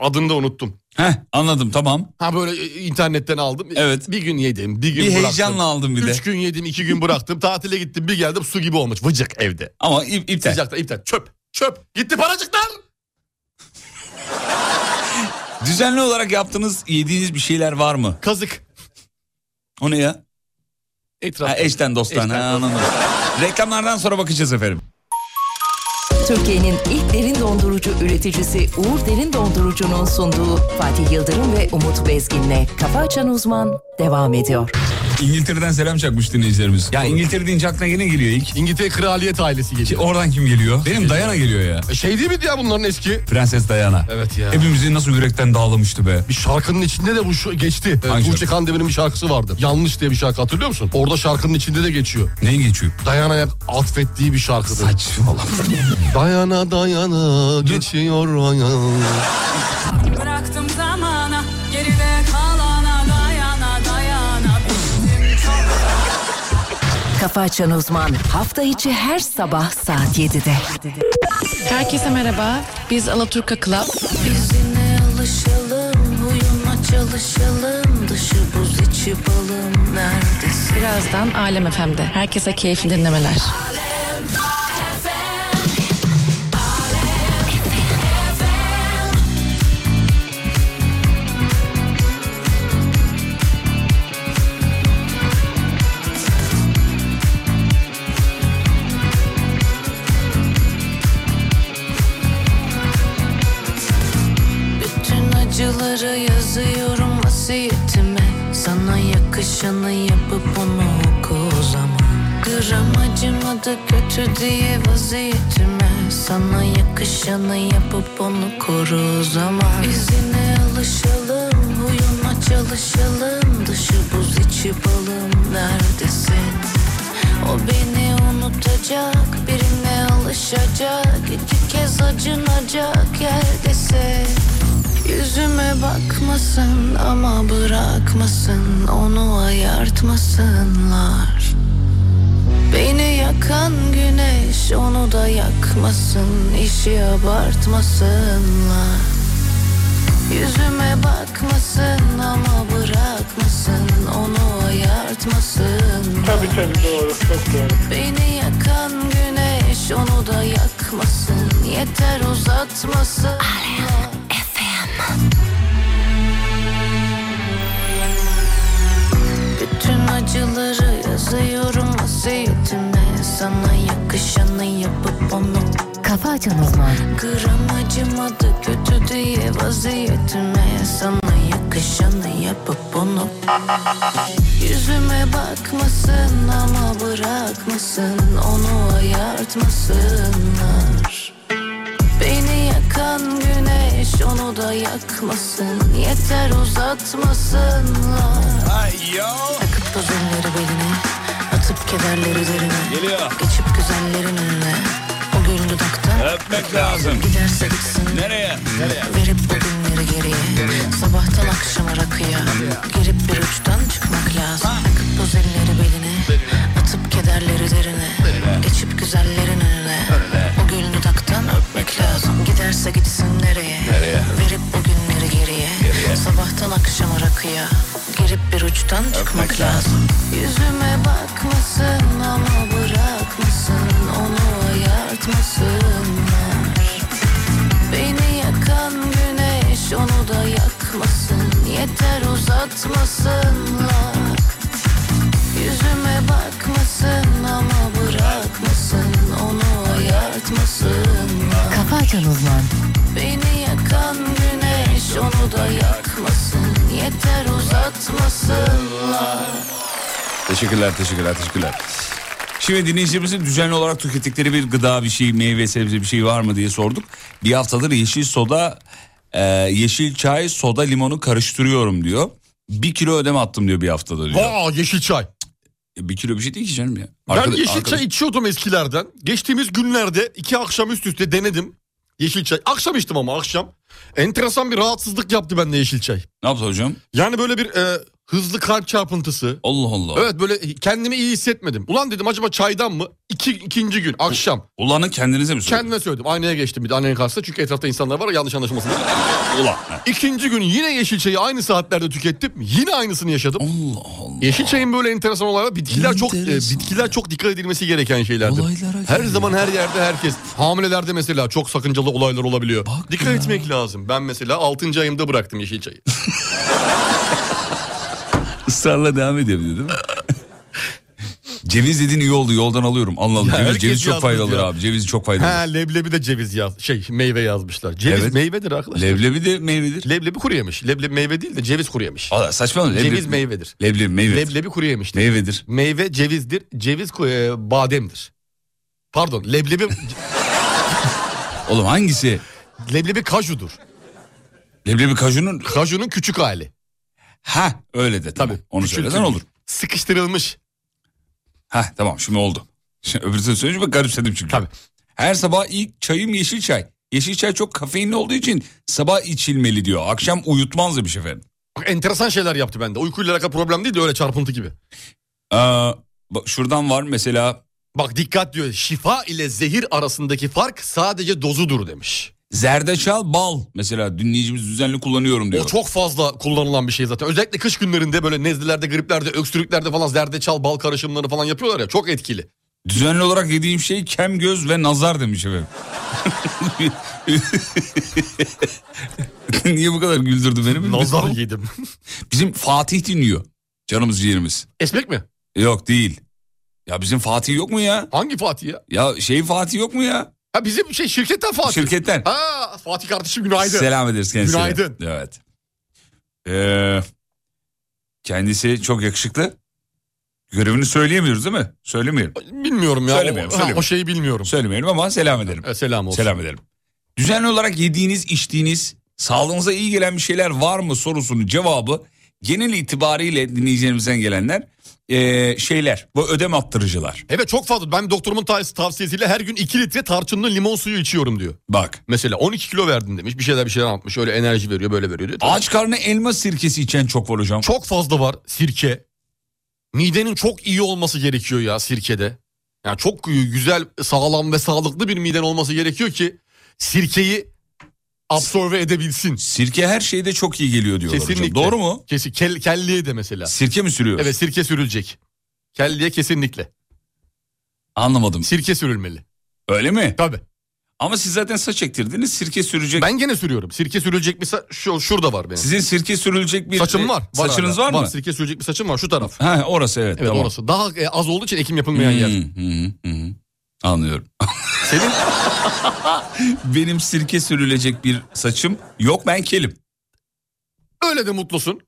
adını da unuttum. Heh, anladım tamam. Ha böyle e, internetten aldım. Evet. Bir gün yedim bir gün Bir bıraktım. heyecanla aldım bir de. Üç gün yedim iki <laughs> gün bıraktım. Tatile gittim bir geldim su gibi olmuş. Vıcık evde. Ama ip, iptal. Sıcakta iptal. Çöp. Çöp. Gitti paracıklar. Düzenli olarak yaptığınız, yediğiniz bir şeyler var mı? Kazık. O ne ya? Etrafta. Ha, eşten dosttan. Eşten ha, anladım. Reklamlardan sonra bakacağız efendim. Türkiye'nin ilk derin dondurucu üreticisi Uğur Derin Dondurucu'nun sunduğu Fatih Yıldırım ve Umut Bezgin'le Kafa Açan Uzman devam ediyor. İngiltere'den selam çakmış dinleyicilerimiz. Ya İngiltere deyince aklına yine geliyor ilk. İngiltere kraliyet ailesi Ki geliyor. Oradan kim geliyor? E, Benim Dayana geliyor ya. E, Şey değil miydi ya bunların eski? Prenses Dayana. Evet ya. Hepimizi nasıl yürekten dağlamıştı be. Bir şarkının içinde de bu şu, geçti. Hangi Evet, Tuğçe Kandemir'in bir şarkısı vardı. Yanlış diye bir şarkı hatırlıyor musun? Orada şarkının içinde de geçiyor. Neyin geçiyor? Dayana'ya atfettiği bir şarkıdır. Saçmalama. Dayana dayana geçiyor ayağım. Bıraktım zamana geride kalana dayana dayana bittim çok Kafa Açan Uzman hafta içi her sabah saat 7'de. Herkese merhaba. Biz Alaturka Club. Bizine alışalım, uyuma çalışalım Dışı buz içi balım neredesin? Birazdan Alem FM'de. Herkese keyifli dinlemeler. Bütün acıları yazıyorum vasiyetime Sana yakışanı yapıp onu oku o zaman Gram acımadı kötü diye vaziyetime Sana yakışanı yapıp onu koru o zaman İzine alışalım, uyuma çalışalım Dışı buz içi balım neredesin? O beni unutacak, birine alışacak iki kez acınacak yerdesin Yüzüme bakmasın ama bırakmasın onu ayartmasınlar Beni yakan güneş onu da yakmasın işi abartmasınlar Yüzüme bakmasın ama bırakmasın onu ayartmasınlar Tabii tabii doğru. Çok doğru. Beni yakan güneş onu da yakmasın Yeter uzatmasın Arayan FM Bütün acıları yazıyorum vasiyetime Sana yakışanı yapıp onu Kafa Açan Uzman. Gram acımadı kötü diye vaziyetime Sana yakışanı yapıp onu Yüzüme bakmasın ama bırakmasın Onu ayartmasınlar Beni yakan güneş onu da yakmasın Yeter uzatmasınlar Takıp bozulları beline Atıp kederleri derine Geliyor. Geçip güzellerin önüne O gül dudakta Öpmek lazım. Giderse gitsin Nereye? Nereye? Verip o günleri geriye Sabahtan akşama rakıya Girip bir uçtan çıkmak lazım Takıp boz elleri beline Atıp kederleri derine Geçip güzellerin önüne O gül dudaktan öpmek lazım Giderse gitsin nereye Verip o günleri geriye Sabahtan akşama rakıya Girip bir uçtan çıkmak lazım Yüzüme bakmasın ama bırakmasın Onu ayartmasınlar Beni yakan güneş onu da yakmasın Yeter uzatmasınlar Yüzüme bakmasın ama bırakmasın Onu ayartmasınlar Kafa Açan Uzman. Beni yakan güneş onu da yakmasın Yeter uzatmasınlar Teşekkürler, teşekkürler, teşekkürler. Şimdi dinleyicilerimizin düzenli olarak tükettikleri bir gıda, bir şey, meyve, sebze bir şey var mı diye sorduk. Bir haftadır yeşil soda, e, yeşil çay, soda, limonu karıştırıyorum diyor. Bir kilo ödeme attım diyor bir haftada diyor. Aa yeşil çay. Bir kilo bir şey değil ki canım ya. ben Arkada- yeşil arkada- çay içiyordum eskilerden. Geçtiğimiz günlerde iki akşam üst üste denedim. Yeşil çay. Akşam içtim ama akşam. Enteresan bir rahatsızlık yaptı bende yeşil çay. Ne yaptı hocam? Yani böyle bir e, hızlı kalp çarpıntısı. Allah Allah. Evet böyle kendimi iyi hissetmedim. Ulan dedim acaba çaydan mı? İki, ikinci gün akşam. Ulan'ı kendinize mi Kendime söyledim. Aynaya geçtim bir de annenin karşısında. Çünkü etrafta insanlar var yanlış anlaşılmasın. diye. <laughs> Ulan. İkinci gün yine yeşil çayı aynı saatlerde tükettim. Yine aynısını yaşadım. Allah Allah. Yeşil çayın böyle enteresan olayları bitkiler çok e, bitkiler çok dikkat edilmesi gereken şeylerdir. Her zaman her yerde herkes hamilelerde mesela çok sakıncalı olaylar olabiliyor. dikkat etmek lazım. Ben mesela 6. ayımda bıraktım yeşil çayı. Israrla devam ediyor bir de, değil mi? <laughs> ceviz dediğin iyi oldu yoldan alıyorum anladım. Ya ceviz, herkes ceviz çok yazmış faydalı ya. abi ceviz çok Ha faydalı. leblebi de ceviz yaz şey meyve yazmışlar. Ceviz Evet. meyvedir arkadaşlar. Leblebi de meyvedir. Leblebi kuru yemiş. Leblebi meyve değil de ceviz kuru yemiş. Aa, saçma mı? Ceviz meyvedir. Leblebi meyvedir. Leblebi kuru yemiştir. Meyvedir. Meyve cevizdir. Ceviz ku- e, bademdir. Pardon leblebi... <laughs> Oğlum hangisi? Leblebi kajudur. Leblebi kajunun... Kajunun küçük hali. Ha öyle de tamam. Tabii. Onu söylesen olur. Sıkıştırılmış. Ha tamam şimdi oldu. Şimdi öbürsünü söyleyince ben garipsedim çünkü. Tabii. Her sabah ilk çayım yeşil çay. Yeşil çay çok kafeinli olduğu için sabah içilmeli diyor. Akşam uyutmaz demiş efendim. Bak, enteresan şeyler yaptı bende. Uykuyla alakalı problem değil de öyle çarpıntı gibi. Aa, Ee, bak şuradan var mesela. Bak dikkat diyor. Şifa ile zehir arasındaki fark sadece dozudur demiş. Zerdeçal bal mesela dinleyicimiz düzenli kullanıyorum diyor. O çok fazla kullanılan bir şey zaten. Özellikle kış günlerinde böyle nezlelerde, griplerde, öksürüklerde falan zerdeçal, bal karışımlarını falan yapıyorlar ya. Çok etkili. Düzenli olarak yediğim şey kem göz ve nazar demiş efendim. <laughs> Niye bu kadar güldürdü beni? bilmiyorum. Nazar yedim. Bizim Fatih dinliyor. Canımız ciğerimiz. Esmek mi? Yok değil. Ya bizim Fatih yok mu ya? Hangi Fatih ya? Ya şey Fatih yok mu ya? Ha bizim şey şirketten Fatih. Şirketten. Ha Fatih kardeşim günaydın. Selam ederiz kendisine. Günaydın. Evet. Ee, kendisi çok yakışıklı. Görevini söyleyemiyoruz değil mi? Söylemeyelim. Bilmiyorum ya. Söylemeyelim, o, ha, söylemeyelim. o şeyi bilmiyorum. Söylemeyelim ama selam ederim. E, selam olsun. Selam ederim. Düzenli olarak yediğiniz, içtiğiniz, sağlığınıza iyi gelen bir şeyler var mı sorusunun cevabı genel itibariyle dinleyicilerimizden gelenler ee, şeyler. Bu ödem attırıcılar. Evet çok fazla. Ben doktorumun tav- tavsiyesiyle her gün 2 litre tarçınlı limon suyu içiyorum diyor. Bak. Mesela 12 kilo verdin demiş. Bir şeyler bir şeyler anlatmış. Öyle enerji veriyor böyle veriyor diyor. Ağaç karnı elma sirkesi içen çok var hocam. Çok fazla var sirke. Midenin çok iyi olması gerekiyor ya sirkede. Yani çok güzel, sağlam ve sağlıklı bir miden olması gerekiyor ki sirkeyi absorbe edebilsin. Sirke her şeyde çok iyi geliyor diyorlar Kesinlikle. hocam. Doğru mu? Kesin. Kel, kelleye de mesela. Sirke mi sürüyor? Evet sirke sürülecek. Kelleye kesinlikle. Anlamadım. Sirke sürülmeli. Öyle mi? Tabii. Ama siz zaten saç ektirdiniz sirke sürecek. Ben gene sürüyorum. Sirke sürülecek bir saç şu, şurada var benim. Sizin sirke sürülecek bir e, saçım var. var Saçınız hala. var mı? Sirke sürülecek bir saçım var şu taraf. Ha, orası <laughs> evet. Evet tamam. Hmm. orası. Daha e, az olduğu için ekim yapılmayan yer. Anlıyorum. Senin <laughs> benim sirke sürülecek bir saçım yok ben kelim. Öyle de mutlusun.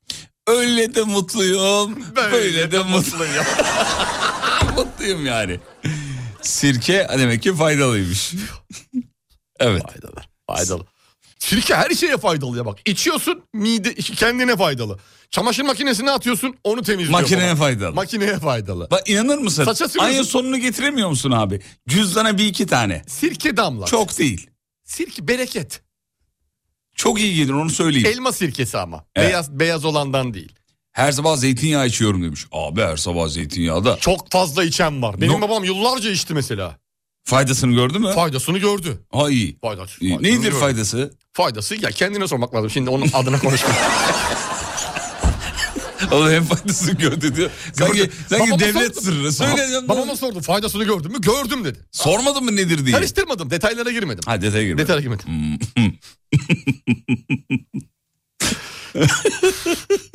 Öyle de mutluyum. Böyle, de mutluyum. mutluyum yani. Sirke demek ki faydalıymış. evet. Faydalı. Faydalı. Sirke her şeye faydalı ya bak. İçiyorsun mide kendine faydalı. Çamaşır makinesine atıyorsun onu temizliyor. Makineye falan. faydalı. Makineye faydalı. Bak inanır mısın? Saça sürüyorsun. Ayın sonunu getiremiyor musun abi? Cüzdana bir iki tane. Sirke damla. Çok değil. Sirke bereket. Çok iyi gelir onu söyleyeyim. Elma sirkesi ama. Evet. Beyaz beyaz olandan değil. Her sabah zeytinyağı içiyorum demiş. Abi her sabah zeytinyağı da Çok fazla içen var. Benim No. babam yıllarca içti mesela. faydasını gördü mü? Faydasını gördü. Ha iyi. Faydası. İyi. faydasını Nedir gördü. faydası? Faydası ya kendine sormak lazım. Şimdi onun adına konuşma. Allah hem faydasını gördü diyor. <laughs> Sanki, sanki devlet sırrı. Söyle. Babama sordum faydasını gördün mü? Gördüm dedi. Sormadın mı nedir diye. Karıştırmadım. Detaylara girmedim. Ha detaya Hmm. girme. Detaylara girmedim. <laughs>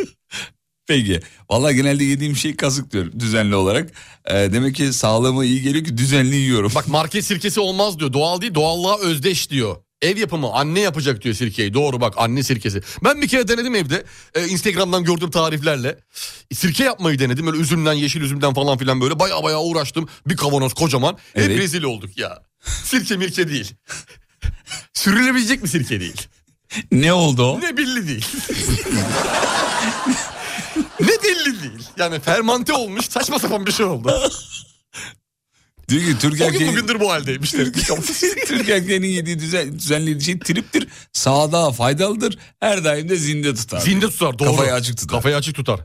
Peki. Valla genelde yediğim şey kazık diyorum düzenli olarak. Ee, demek ki sağlığıma iyi geliyor ki düzenli yiyorum. Bak market sirkesi olmaz diyor. Doğal değil doğallığa özdeş diyor. Ev yapımı anne yapacak diyor sirkeyi. Doğru bak anne sirkesi. Ben bir kere denedim evde. Ee, Instagram'dan gördüğüm tariflerle. Sirke yapmayı denedim. Böyle üzümden yeşil üzümden falan filan böyle. Baya baya uğraştım. Bir kavanoz kocaman. Hep Evet. rezil olduk ya. Sirke mirke değil. Sürülebilecek bir sirke değil. Ne oldu o? Ne belli değil. ne belli değil. Yani fermante olmuş saçma sapan bir şey oldu. Diyor ki Türk O gün erkeği... bugündür bu haldeymiş. dedim. <laughs> Türk erkeğinin yediği düzen, düzenli şey triptir. Sağda faydalıdır. Her daim de zinde tutar. Zinde tutar doğru. Kafayı açık tutar. Kafayı açık tutar.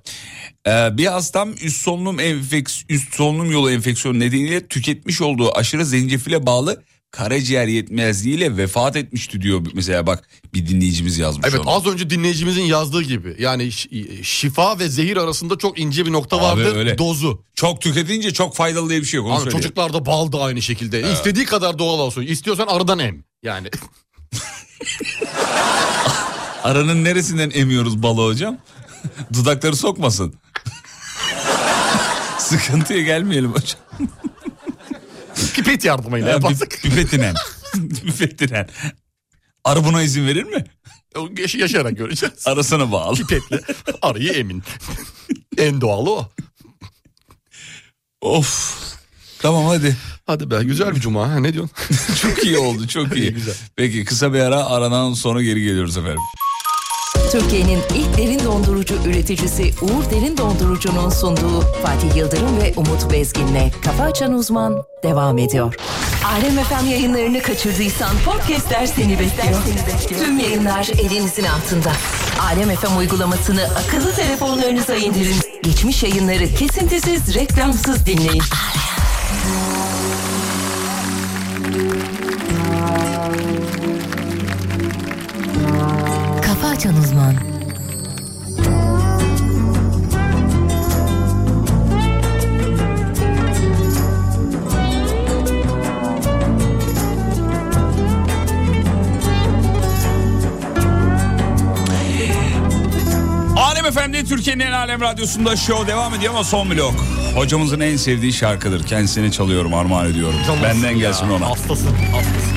Ee, bir hastam üst solunum enfeks üst solunum yolu enfeksiyonu nedeniyle tüketmiş olduğu aşırı zencefile bağlı karaciğer yetmezliğiyle vefat etmişti diyor mesela bak bir dinleyicimiz yazmış Evet onu. az önce dinleyicimizin yazdığı gibi. Yani ş- şifa ve zehir arasında çok ince bir nokta Abi vardır. öyle. Dozu. Çok tüketince çok faydalı diye bir şey yok onu Abi söyleyeyim. çocuklarda bal <laughs> da aynı şekilde. İstediği kadar doğal olsun. İstiyorsan arıdan em. Yani <laughs> Aranın neresinden emiyoruz balı hocam? <laughs> Dudakları sokmasın. <laughs> Sıkıntıya gelmeyelim hocam. <laughs> pipet yardımıyla Ya, yaparsak. pip- <laughs> Pipetinen. Pipetinen. Arı buna izin verir mi? Yaş- yaşayarak göreceğiz. Arasına bağlı. Pipetle arıyı emin. <laughs> en doğalı o. Of. <laughs> Tamam hadi. Hadi be güzel bir cuma. Ha, ne diyorsun? <laughs> Çok iyi oldu <laughs> çok iyi. güzel. Peki kısa bir ara aradan sonra geri geliyoruz efendim. Türkiye'nin ilk derin dondurucu üreticisi Uğur Derin Dondurucu'nun sunduğu Fatih Yıldırım ve Umut Bezgin'le Kafa Açan Uzman devam ediyor. Alem FM yayınlarını kaçırdıysan podcastler seni bekliyor. Tüm yayınlar elinizin altında. Alem FM uygulamasını akıllı telefonlarınıza indirin. Geçmiş yayınları kesintisiz, reklamsız dinleyin. Kafa Açan Uzman Alem FM'de Türkiye'nin en alem radyosunda show devam ediyor ama son blok. Hocamızın en sevdiği şarkıdır. Kendisine çalıyorum, armağan ediyorum. Benden gelsin ona. Hastasın. Hastasın.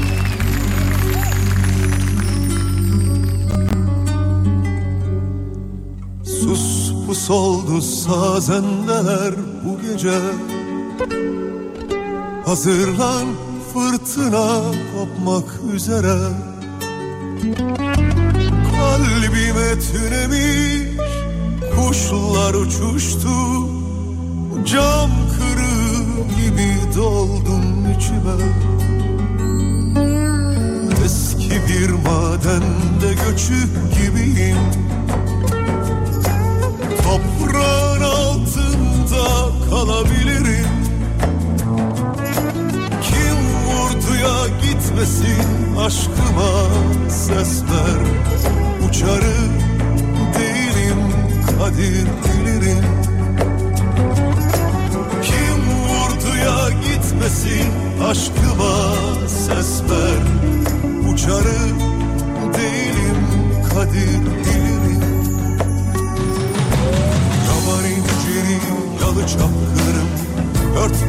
Sus pus oldu sazendeler bu gece Hazırlan fırtına kopmak üzere Kalbime tünemiş kuşlar uçuştu Cam kırığı gibi doldum içime Eski bir madende göçük gibiyim Toprağın altında kalabilirim Kim vurduya gitmesin aşkıma ses ver Uçarım değilim kadir bilirim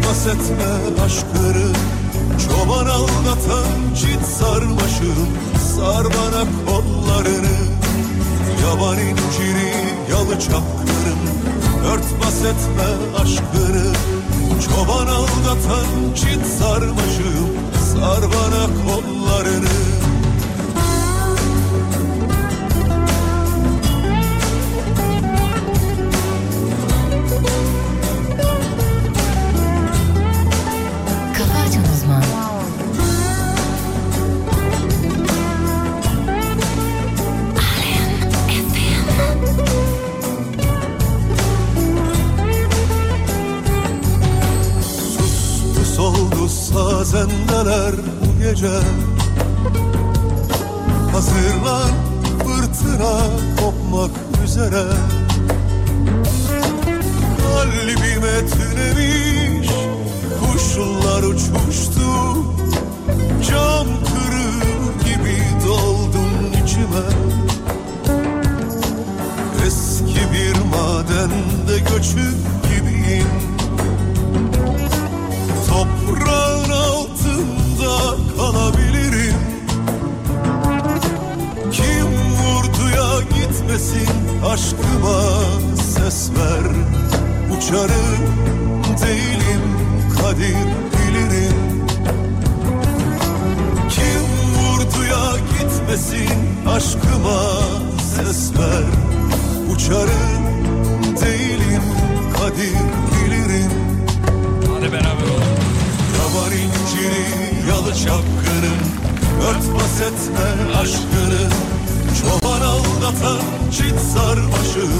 bahsetme aşkları Çoban aldatan çit sarmaşığım Sar bana kollarını Yaban inciri yalı çapkırım Örtbas etme aşkları Çoban aldatan çit sarmaşığım Sar bana kollarını Kafa Açan Uzman. Bu soldu sazendeler bu gece Hazırlan fırtına kopmak üzere Kalbime tünemiş kuşlar uçmuştu Cam kırığı gibi doldum içime Eski bir madende göçük gibiyim Toprağın altında kalabilirim Kim vurduya gitmesin aşkıma ses ver Uçarım değilim kadir bilirim Kim vurduya gitmesin aşkıma ses ver Uçarım değilim kadir bilirim Hadi beraber olalım. Kabar inciri yalı çapkırım Örtbas etme aşkını Çoban aldatan çit sarmaşım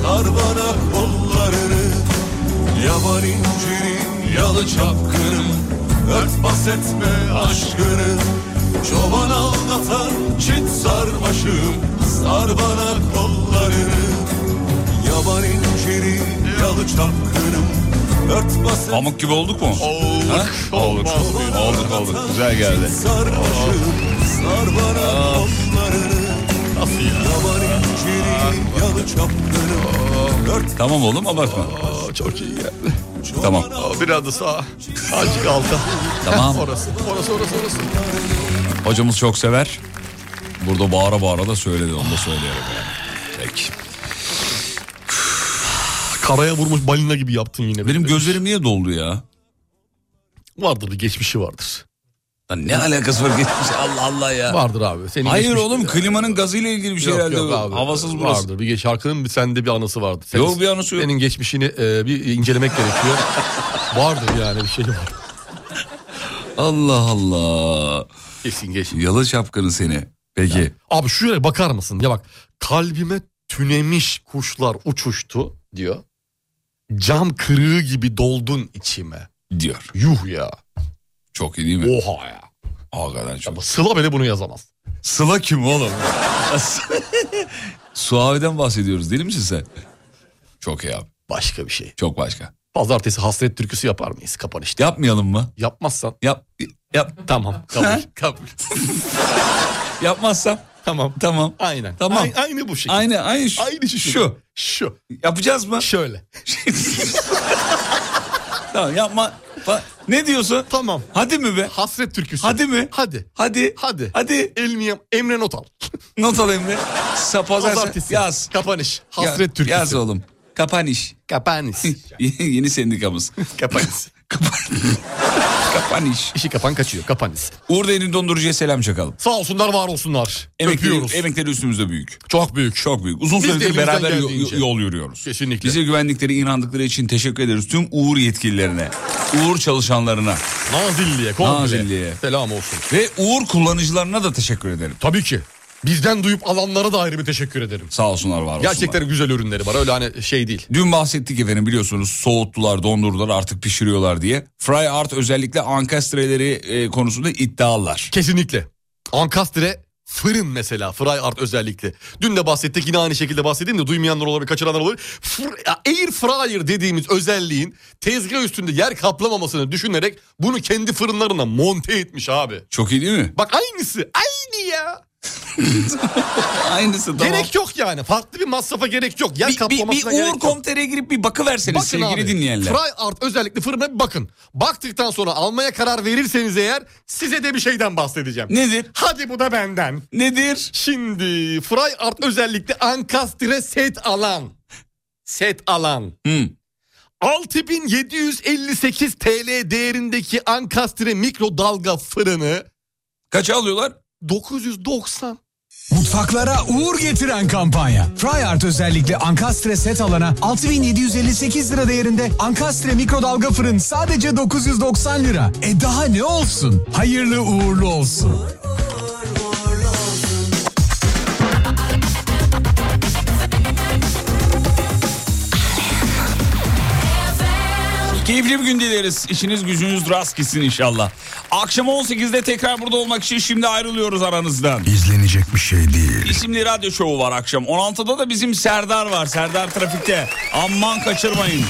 Sar bana kollarını Yaban incirim yalı çapkırım Örtbas etme aşkını Çoban aldatan çit sarmaşım Sar bana kollarını Yaban inciri yalı çapkırım Örtbas Pamuk gibi olduk mu? Olduk. Olduk. Olduk olduk. Güzel geldi. Ah. Nasıl ya? Ah. Tamam oğlum abartma. Ah, Çok iyi ya. Tamam. Aa, Biraz da sağ. Azıcık alta. Tamam. <laughs> orası. Orası orası orası. Hocamız çok sever. Burada bağıra bağıra da söyledi onu da söyleyerek yani. Peki. Karaya vurmuş balina gibi yaptın yine. Benim gözlerim niye doldu ya? Vardır bir geçmişi vardır. ne alakası var geçmiş Allah Allah ya. Vardır abi. Senin Hayır geçmiş- oğlum klimanın gazıyla ilgili bir şey Yok, herhalde. yok bu. abi. Havasız burası. Vardır. Bir geç- şarkının bir sende bir anısı vardı. Yok, bir anısı yok. Senin geçmişini e, bir incelemek gerekiyor. vardır yani bir şey var. Allah Allah. Kesin geçin. Yalı şapkanı seni. Peki. Abi şuraya bakar mısın? Ya bak kalbime tünemiş kuşlar uçuştu diyor. Cam kırığı gibi doldun içime. Diyor. Yuh ya. Çok iyi değil mi? Oha ya. Hakikaten çok. Sıla bile bunu yazamaz. Sıla kim <laughs> oğlum? Suave'den bahsediyoruz değil misin sen? Çok iyi abi. Başka bir şey. Çok başka. Pazartesi hasret türküsü yapar mıyız kapanışta? Yapmayalım mı? Yapmazsan. Yap. Yap. <laughs> Tamam. Kabul. kabul. <laughs> Yapmazsam. Tamam. Tamam. Aynen. Tamam. Aynı, aynı bu şekilde. Aynı aynı şu. Aynı şekilde. Şu. Şu. Yapacağız mı? Şöyle. <laughs> tamam yapma. Fa- Ne diyorsun? Tamam. Hadi mi be? Hasret türküsü. Hadi mi? Hadi. Hadi. Hadi. Hadi. Elini Emre not al. <laughs> Not al Emre. Sa- pazartesi- Pazartesi. Yaz. Kapanış. Hasret Ya- türküsü. Yaz oğlum. Kapanış. Kapanış. <laughs> Yeni sendikamız. <laughs> Kapanış. <laughs> Kapanış. İşi kapan kaçıyor. Kapanış. Uğur Derin Dondurucu'ya selam çakalım. Sağ olsunlar var olsunlar. Öpüyoruz. Emekleri, emekleri üstümüzde büyük. Çok büyük. Çok büyük. Uzun Biz de süredir elimizden beraber yo- geldiğince. yol yürüyoruz. Kesinlikle. Bize güvendikleri, inandıkları için teşekkür ederiz tüm Uğur yetkililerine, Uğur çalışanlarına Nazilli'ye, komple. Nazilli'ye. Selam olsun. ve Uğur kullanıcılarına da teşekkür ederim. Tabii ki. Bizden duyup alanlara da ayrı bir teşekkür ederim. Sağ olsunlar, var olsunlar. Gerçekten güzel ürünleri var. Öyle hani şey değil. Dün bahsettik efendim biliyorsunuz soğuttular, dondurdular, artık pişiriyorlar diye. Fry Art özellikle ankastreleri e, konusunda iddialılar. Kesinlikle. Ankastre fırın mesela. Fry art özellikle. Dün de bahsettik yine aynı şekilde bahsedeyim de duymayanlar olabilir, kaçıranlar olabilir. Fr- ya, Air fryer dediğimiz özelliğin tezgah üstünde yer kaplamamasını düşünerek bunu kendi fırınlarına monte etmiş abi. Çok iyi değil mi? Bak aynısı. Aynı ya. <laughs> Aynısı tamam. Gerek yok yani. Farklı bir masrafa gerek yok. Yer Bir- bir- kaplamasına bir gerek Uğur yok. Komter'e girip bir bakıverseniz sevgili dinleyenler. Fry Art özellikle fırına bir bakın. Baktıktan sonra almaya karar verirseniz eğer size de bir şeyden bahsedeceğim. Nedir? Hadi bu da benden. Nedir? Şimdi Fry Art özellikle ankastre set alan. Set alan. Hmm. 6758 TL değerindeki ankastre mikrodalga fırını. Kaça alıyorlar? 990. Mutfaklara uğur getiren kampanya. Fryart özellikle Ankastre set alana 6758 lira değerinde Ankastre mikrodalga fırın sadece 990 lira. E daha ne olsun? Hayırlı uğurlu olsun. Keyifli bir gün dileriz. İşiniz gücünüz rast gitsin inşallah. Akşam 18'de tekrar burada olmak için şimdi ayrılıyoruz aranızdan. İzlenecek bir şey değil. İsimli radyo şovu var akşam. 16'da da bizim Serdar var. Serdar Trafik'te. Aman kaçırmayın.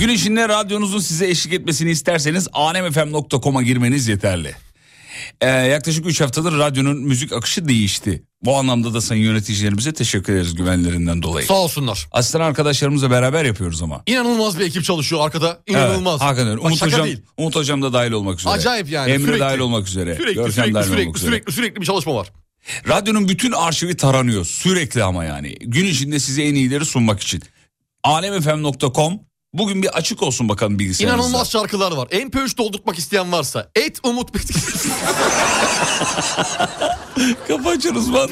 Gün içinde radyonuzun size eşlik etmesini isterseniz e anemfm.com'a girmeniz yeterli. Ee, yaklaşık 3 haftadır radyonun müzik akışı değişti. Bu anlamda da sayın yöneticilerimize teşekkür ederiz güvenlerinden dolayı. Sağ olsunlar. Aslan arkadaşlarımızla beraber yapıyoruz ama. İnanılmaz bir ekip çalışıyor arkada. İnanılmaz. Evet, hakikaten. Bak, Umut, şaka hocam, değil. Umut hocam da dahil olmak üzere. Acayip yani, Emre sürekli. dahil olmak üzere. Sürekli, Görkem sürekli, dahil sürekli, olmak üzere. sürekli, sürekli bir çalışma var. Radyonun bütün arşivi taranıyor sürekli ama yani. Gün içinde size en iyileri sunmak için. alemfm.com bugün bir açık olsun bakalım bilgisayarınızda. İnanılmaz şarkılar var. MP3 doldurtmak isteyen varsa et <laughs> Umut Bitki. Kapı açarız lan.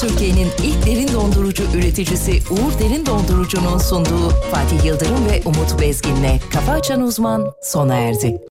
Türkiye'nin ilk derin dondurucu üreticisi Uğur Derin Dondurucu'nun sunduğu Fatih Yıldırım ve Umut Bezgin'le Kafa Açan Uzman sona erdi.